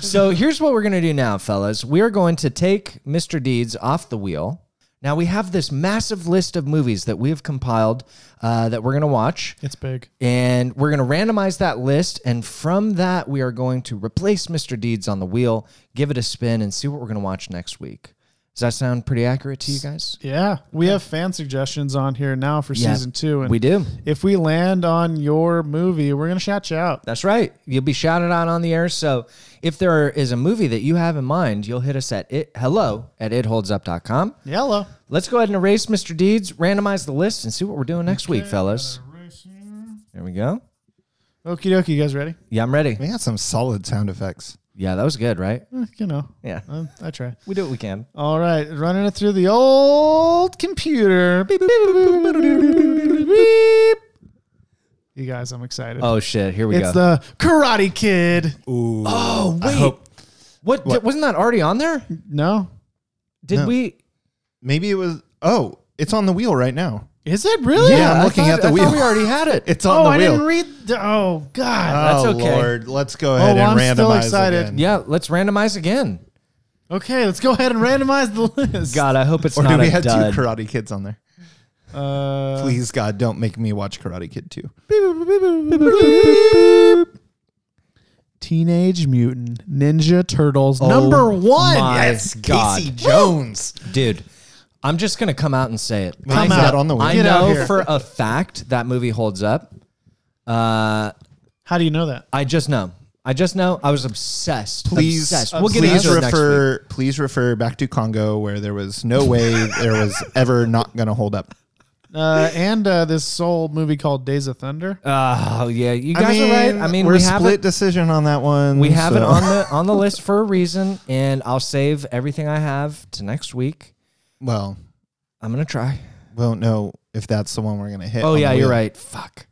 [SPEAKER 1] So here's what we're going to do now, fellas. We are going to take Mr. Deeds off the wheel. Now we have this massive list of movies that we have compiled uh, that we're going to watch.
[SPEAKER 2] it's big.
[SPEAKER 1] And we're going to randomize that list. And from that, we are going to replace Mr. Deeds on the wheel, give it a spin, and see what we're going to watch next week. Does that sound pretty accurate to you guys?
[SPEAKER 2] Yeah, we have fan suggestions on here now for
[SPEAKER 1] Yeah,
[SPEAKER 2] season two, and
[SPEAKER 1] We do.
[SPEAKER 2] If we land on your movie, we're gonna shout you out.
[SPEAKER 1] That's right. You'll be shouted out on the air. So if there is a movie that you have in mind, you'll hit us at it, hello at itholdsup.com.
[SPEAKER 2] Yellow.
[SPEAKER 1] Let's go ahead and erase Mr. Deeds, randomize the list, and see what we're doing next week, fellas. There we go.
[SPEAKER 2] Okie dokie. You guys ready?
[SPEAKER 1] Yeah, I'm ready.
[SPEAKER 3] We got some solid sound effects.
[SPEAKER 1] Yeah, that was good, right?
[SPEAKER 2] Eh, You know,
[SPEAKER 1] Yeah.
[SPEAKER 2] uh, I try.
[SPEAKER 1] We do what we can.
[SPEAKER 2] All right, running it through the old computer. Beep, beep, beep, beep, beep, beep, beep, beep, beep. You guys, I'm excited.
[SPEAKER 1] Oh, shit. Here we
[SPEAKER 2] it's
[SPEAKER 1] go.
[SPEAKER 2] the Karate Kid.
[SPEAKER 1] oh, wait. what, di- Wasn't that already on there?
[SPEAKER 2] No,
[SPEAKER 1] Did we?
[SPEAKER 3] Maybe it was. Oh, it's on the wheel right now.
[SPEAKER 2] is it really?
[SPEAKER 3] Yeah, I'm
[SPEAKER 1] I
[SPEAKER 3] looking
[SPEAKER 1] thought-
[SPEAKER 3] at the
[SPEAKER 1] I
[SPEAKER 3] wheel.
[SPEAKER 1] thought we already had it.
[SPEAKER 3] It's
[SPEAKER 2] Oh,
[SPEAKER 3] on
[SPEAKER 2] I
[SPEAKER 3] the wheel.
[SPEAKER 2] didn't read. The, oh God.
[SPEAKER 1] That's
[SPEAKER 3] oh
[SPEAKER 1] okay. Oh,
[SPEAKER 3] Lord, let's go ahead
[SPEAKER 2] well, I'm
[SPEAKER 3] and randomize
[SPEAKER 2] still excited.
[SPEAKER 3] again.
[SPEAKER 1] yeah, let's randomize again.
[SPEAKER 2] okay, let's go ahead and randomize the list.
[SPEAKER 1] God, I hope it's
[SPEAKER 3] Or
[SPEAKER 1] not
[SPEAKER 3] do we
[SPEAKER 1] a
[SPEAKER 3] have two
[SPEAKER 1] dud.
[SPEAKER 3] Karate Kids on there?
[SPEAKER 2] Uh,
[SPEAKER 3] Please God, don't make me watch Karate Kid 2.
[SPEAKER 2] Teenage Mutant Ninja Turtles
[SPEAKER 1] Oh,
[SPEAKER 2] number one.
[SPEAKER 1] my God.
[SPEAKER 3] Casey Jones.
[SPEAKER 1] Dude, I'm just going to come out and say it.
[SPEAKER 3] Come
[SPEAKER 1] I-
[SPEAKER 3] out on the wheel.
[SPEAKER 1] I
[SPEAKER 3] Get out
[SPEAKER 1] know
[SPEAKER 3] here.
[SPEAKER 1] for a fact that movie holds up. Uh,
[SPEAKER 2] How do you know that?
[SPEAKER 1] I just know. I just know. I was obsessed.
[SPEAKER 3] Please,
[SPEAKER 1] obsessed. We'll get
[SPEAKER 3] please
[SPEAKER 1] into it next week.
[SPEAKER 3] refer. Please refer back to Congo, where there was no way there was ever not going to hold up.
[SPEAKER 2] Uh, and uh, this whole movie called Days of Thunder.
[SPEAKER 1] Oh yeah, you guys are right. I mean,
[SPEAKER 3] we're
[SPEAKER 1] we have
[SPEAKER 3] split
[SPEAKER 1] it,
[SPEAKER 3] decision on that one.
[SPEAKER 1] we have it
[SPEAKER 3] so-
[SPEAKER 1] on the on the list for a reason, and I'll save everything I have to next week.
[SPEAKER 3] Well,
[SPEAKER 1] I'm gonna try.
[SPEAKER 3] won't know if that's the one we're gonna hit.
[SPEAKER 1] Oh
[SPEAKER 3] on
[SPEAKER 1] yeah,
[SPEAKER 3] the
[SPEAKER 1] you're
[SPEAKER 3] wheel.
[SPEAKER 1] right. Fuck.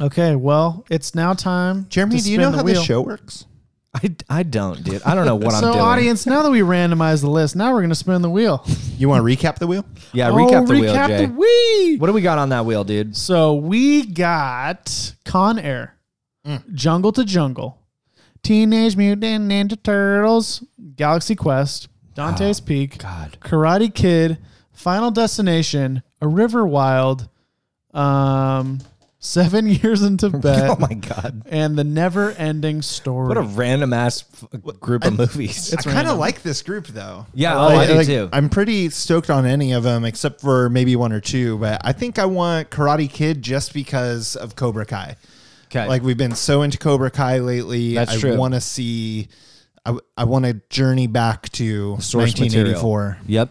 [SPEAKER 2] Okay, well, it's now time.
[SPEAKER 3] Jeremy,
[SPEAKER 2] to
[SPEAKER 3] do you
[SPEAKER 2] spin
[SPEAKER 3] know
[SPEAKER 2] the
[SPEAKER 3] how
[SPEAKER 2] wheel.
[SPEAKER 3] this show works?
[SPEAKER 1] I, I don't, dude. I don't know what I'm
[SPEAKER 2] so,
[SPEAKER 1] doing.
[SPEAKER 2] audience, now that we randomized the list, now we're going to spin the wheel.
[SPEAKER 3] You want to recap the wheel?
[SPEAKER 1] yeah, recap the wheel,
[SPEAKER 2] oh, recap
[SPEAKER 1] Jay.
[SPEAKER 2] the wheel.
[SPEAKER 1] What do we got on that wheel, dude?
[SPEAKER 2] So we got Con Air, Jungle to Jungle, Teenage Mutant Ninja Turtles, Galaxy Quest, Dante's Peak,
[SPEAKER 1] God.
[SPEAKER 2] Karate Kid, Final Destination, A River Wild, um, Seven Years in Tibet,
[SPEAKER 1] Oh my god.
[SPEAKER 2] and The Never Ending Story.
[SPEAKER 1] What a random ass f- group of movies.
[SPEAKER 3] I kind of like this group though.
[SPEAKER 1] Yeah, oh, I do
[SPEAKER 3] like-
[SPEAKER 1] too.
[SPEAKER 3] I'm pretty stoked on any of them except for maybe one or two. But I think I want Karate Kid just because of Cobra Kai.
[SPEAKER 1] Okay.
[SPEAKER 3] Like we've been so into Cobra Kai lately.
[SPEAKER 1] That's
[SPEAKER 3] I
[SPEAKER 1] true.
[SPEAKER 3] want to see. I, want to journey back to
[SPEAKER 1] source material.
[SPEAKER 3] 1984.
[SPEAKER 1] Yep.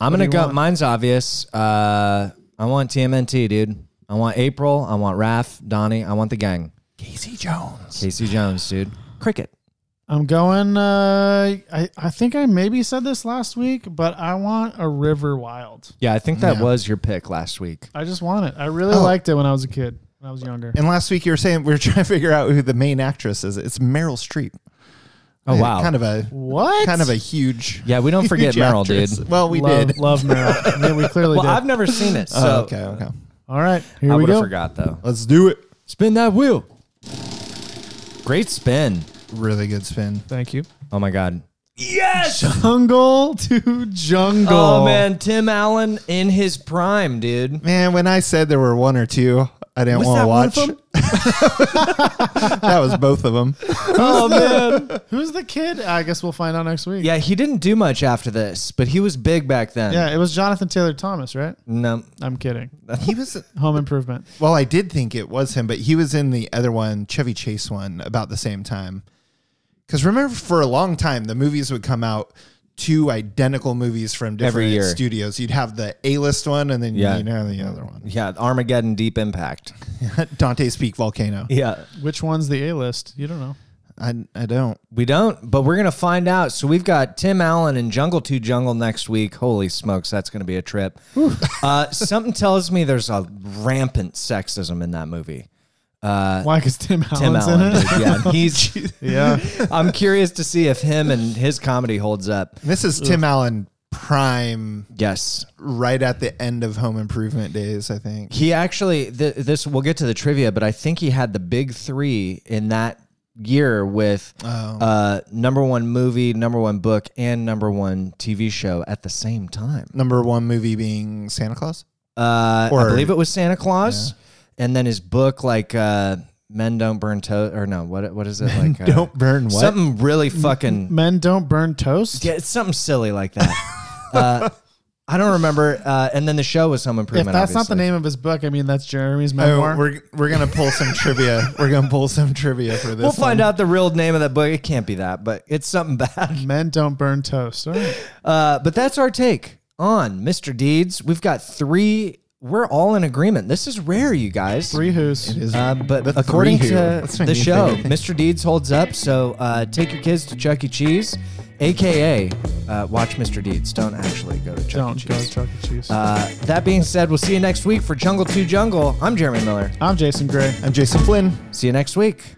[SPEAKER 1] I'm gonna go. Mine's obvious. Uh, I want TMNT, dude. I want April. I want Raph, Donnie. I want the gang.
[SPEAKER 3] Casey Jones.
[SPEAKER 1] Casey Jones, dude. Cricket.
[SPEAKER 2] I'm going. Uh, I I think I maybe said this last week, but I want a River Wild.
[SPEAKER 1] Yeah, I think that was your pick last week.
[SPEAKER 2] I just want it. I really
[SPEAKER 3] Oh.
[SPEAKER 2] liked it when I was a kid. When I was younger.
[SPEAKER 3] And last week you were saying we were trying to figure out who the main actress is. It's Meryl Streep.
[SPEAKER 1] Oh wow.
[SPEAKER 3] Kind of a
[SPEAKER 2] What?
[SPEAKER 3] kind of a huge.
[SPEAKER 1] Yeah, we don't forget
[SPEAKER 3] huge
[SPEAKER 1] Meryl,
[SPEAKER 3] actress.
[SPEAKER 1] dude.
[SPEAKER 3] Well, Oh, we
[SPEAKER 2] love,
[SPEAKER 3] did.
[SPEAKER 2] love Meryl. yeah, we clearly
[SPEAKER 1] well,
[SPEAKER 2] did.
[SPEAKER 1] I've never seen it, so
[SPEAKER 3] Oh, okay, okay.
[SPEAKER 2] All right, here
[SPEAKER 1] I
[SPEAKER 2] we
[SPEAKER 1] would have
[SPEAKER 2] go.
[SPEAKER 1] forgot though.
[SPEAKER 3] Let's do it.
[SPEAKER 1] Spin that wheel. Great spin.
[SPEAKER 3] Really good spin.
[SPEAKER 2] Thank you.
[SPEAKER 1] Oh my god.
[SPEAKER 2] Jungle to jungle.
[SPEAKER 1] Oh man, Tim Allen in his prime, dude.
[SPEAKER 3] Man, when I said there were one or two, I didn't
[SPEAKER 1] Was
[SPEAKER 3] want
[SPEAKER 1] that
[SPEAKER 3] to
[SPEAKER 1] one
[SPEAKER 3] watch.
[SPEAKER 1] of them?
[SPEAKER 3] that was both of them.
[SPEAKER 1] Oh man.
[SPEAKER 2] Who's the kid? I guess we'll find out next week.
[SPEAKER 1] Yeah, he didn't do much after this, but he was big back then.
[SPEAKER 2] Yeah, it was Jonathan Taylor Thomas, right?
[SPEAKER 1] No.
[SPEAKER 2] I'm kidding.
[SPEAKER 3] He was.
[SPEAKER 2] Home Improvement.
[SPEAKER 3] Well, I did think it was him, but he was in the other one, Chevy Chase one, about the same time. Because remember, for a long time, the movies would come out two identical movies from different
[SPEAKER 1] Every year.
[SPEAKER 3] studios. You'd have the A list one, and then
[SPEAKER 1] Yeah.
[SPEAKER 3] you know the other one.
[SPEAKER 1] Yeah, Armageddon Deep Impact.
[SPEAKER 3] Dante's Peak Volcano.
[SPEAKER 1] Yeah.
[SPEAKER 2] Which one's the A list? You don't know.
[SPEAKER 3] I I don't.
[SPEAKER 1] We don't, but we're going to find out. So we've got Tim Allen and Jungle 2 Jungle next week. Holy smokes, that's going to be a trip. uh, something tells me there's a rampant sexism in that movie.
[SPEAKER 2] Why? Because Tim
[SPEAKER 1] Tim
[SPEAKER 2] Allen's
[SPEAKER 1] Allen.
[SPEAKER 2] in it.
[SPEAKER 1] dude. Yeah, he's.
[SPEAKER 2] Yeah.
[SPEAKER 1] I'm curious to see if him and his comedy holds up.
[SPEAKER 3] This is Tim Allen prime,
[SPEAKER 1] Yes.
[SPEAKER 3] right at the end of Home Improvement days. I think.
[SPEAKER 1] He actually, th- this, we'll get to the trivia, but I think he had the big three in that year with
[SPEAKER 2] Oh.
[SPEAKER 1] uh, number one movie, number one book, and number one TV show at the same time.
[SPEAKER 3] Number one movie being Santa Claus.
[SPEAKER 1] Uh, I
[SPEAKER 3] Or-
[SPEAKER 1] believe it was Santa Claus, and then his book, like uh, "Men Don't Burn Toast," or no, what what is it like? uh,
[SPEAKER 3] Don't burn what?
[SPEAKER 1] something really fucking
[SPEAKER 2] Men don't burn toast.
[SPEAKER 1] yeah, it's something silly like that. uh, I don't remember. Uh, and then the show was Home
[SPEAKER 2] If
[SPEAKER 1] Improvement.
[SPEAKER 2] that's not the
[SPEAKER 1] obviously.
[SPEAKER 2] name of his book, I mean that's Jeremy's
[SPEAKER 3] Oh,
[SPEAKER 2] memoir.
[SPEAKER 3] we're we're gonna pull some trivia. We're gonna pull some trivia for this.
[SPEAKER 1] we'll find
[SPEAKER 3] one.
[SPEAKER 1] out the real name of that book. It can't be that, but it's something bad.
[SPEAKER 2] Men don't burn toast. All right.
[SPEAKER 1] Uh, but that's our take on Mr. Deeds. We've got three. We're all in agreement. This is rare, you guys.
[SPEAKER 2] Three who's.
[SPEAKER 1] Uh, but
[SPEAKER 3] The
[SPEAKER 1] according
[SPEAKER 3] three who.
[SPEAKER 1] to
[SPEAKER 3] That's my
[SPEAKER 1] the
[SPEAKER 3] new
[SPEAKER 1] show,
[SPEAKER 3] favorite
[SPEAKER 1] Mr. Deeds holds up. So uh, take your kids to Chuck E. Cheese, aka uh, watch Mr. Deeds. Don't actually go to Chuck E.
[SPEAKER 2] Don't go
[SPEAKER 1] Cheese.
[SPEAKER 2] Chuck E. Cheese.
[SPEAKER 1] uh, that being said, we'll see you next week for Jungle 2 Jungle. I'm Jeremy Miller.
[SPEAKER 2] I'm Jason Gray.
[SPEAKER 3] I'm Jason Flynn.
[SPEAKER 1] See you next week.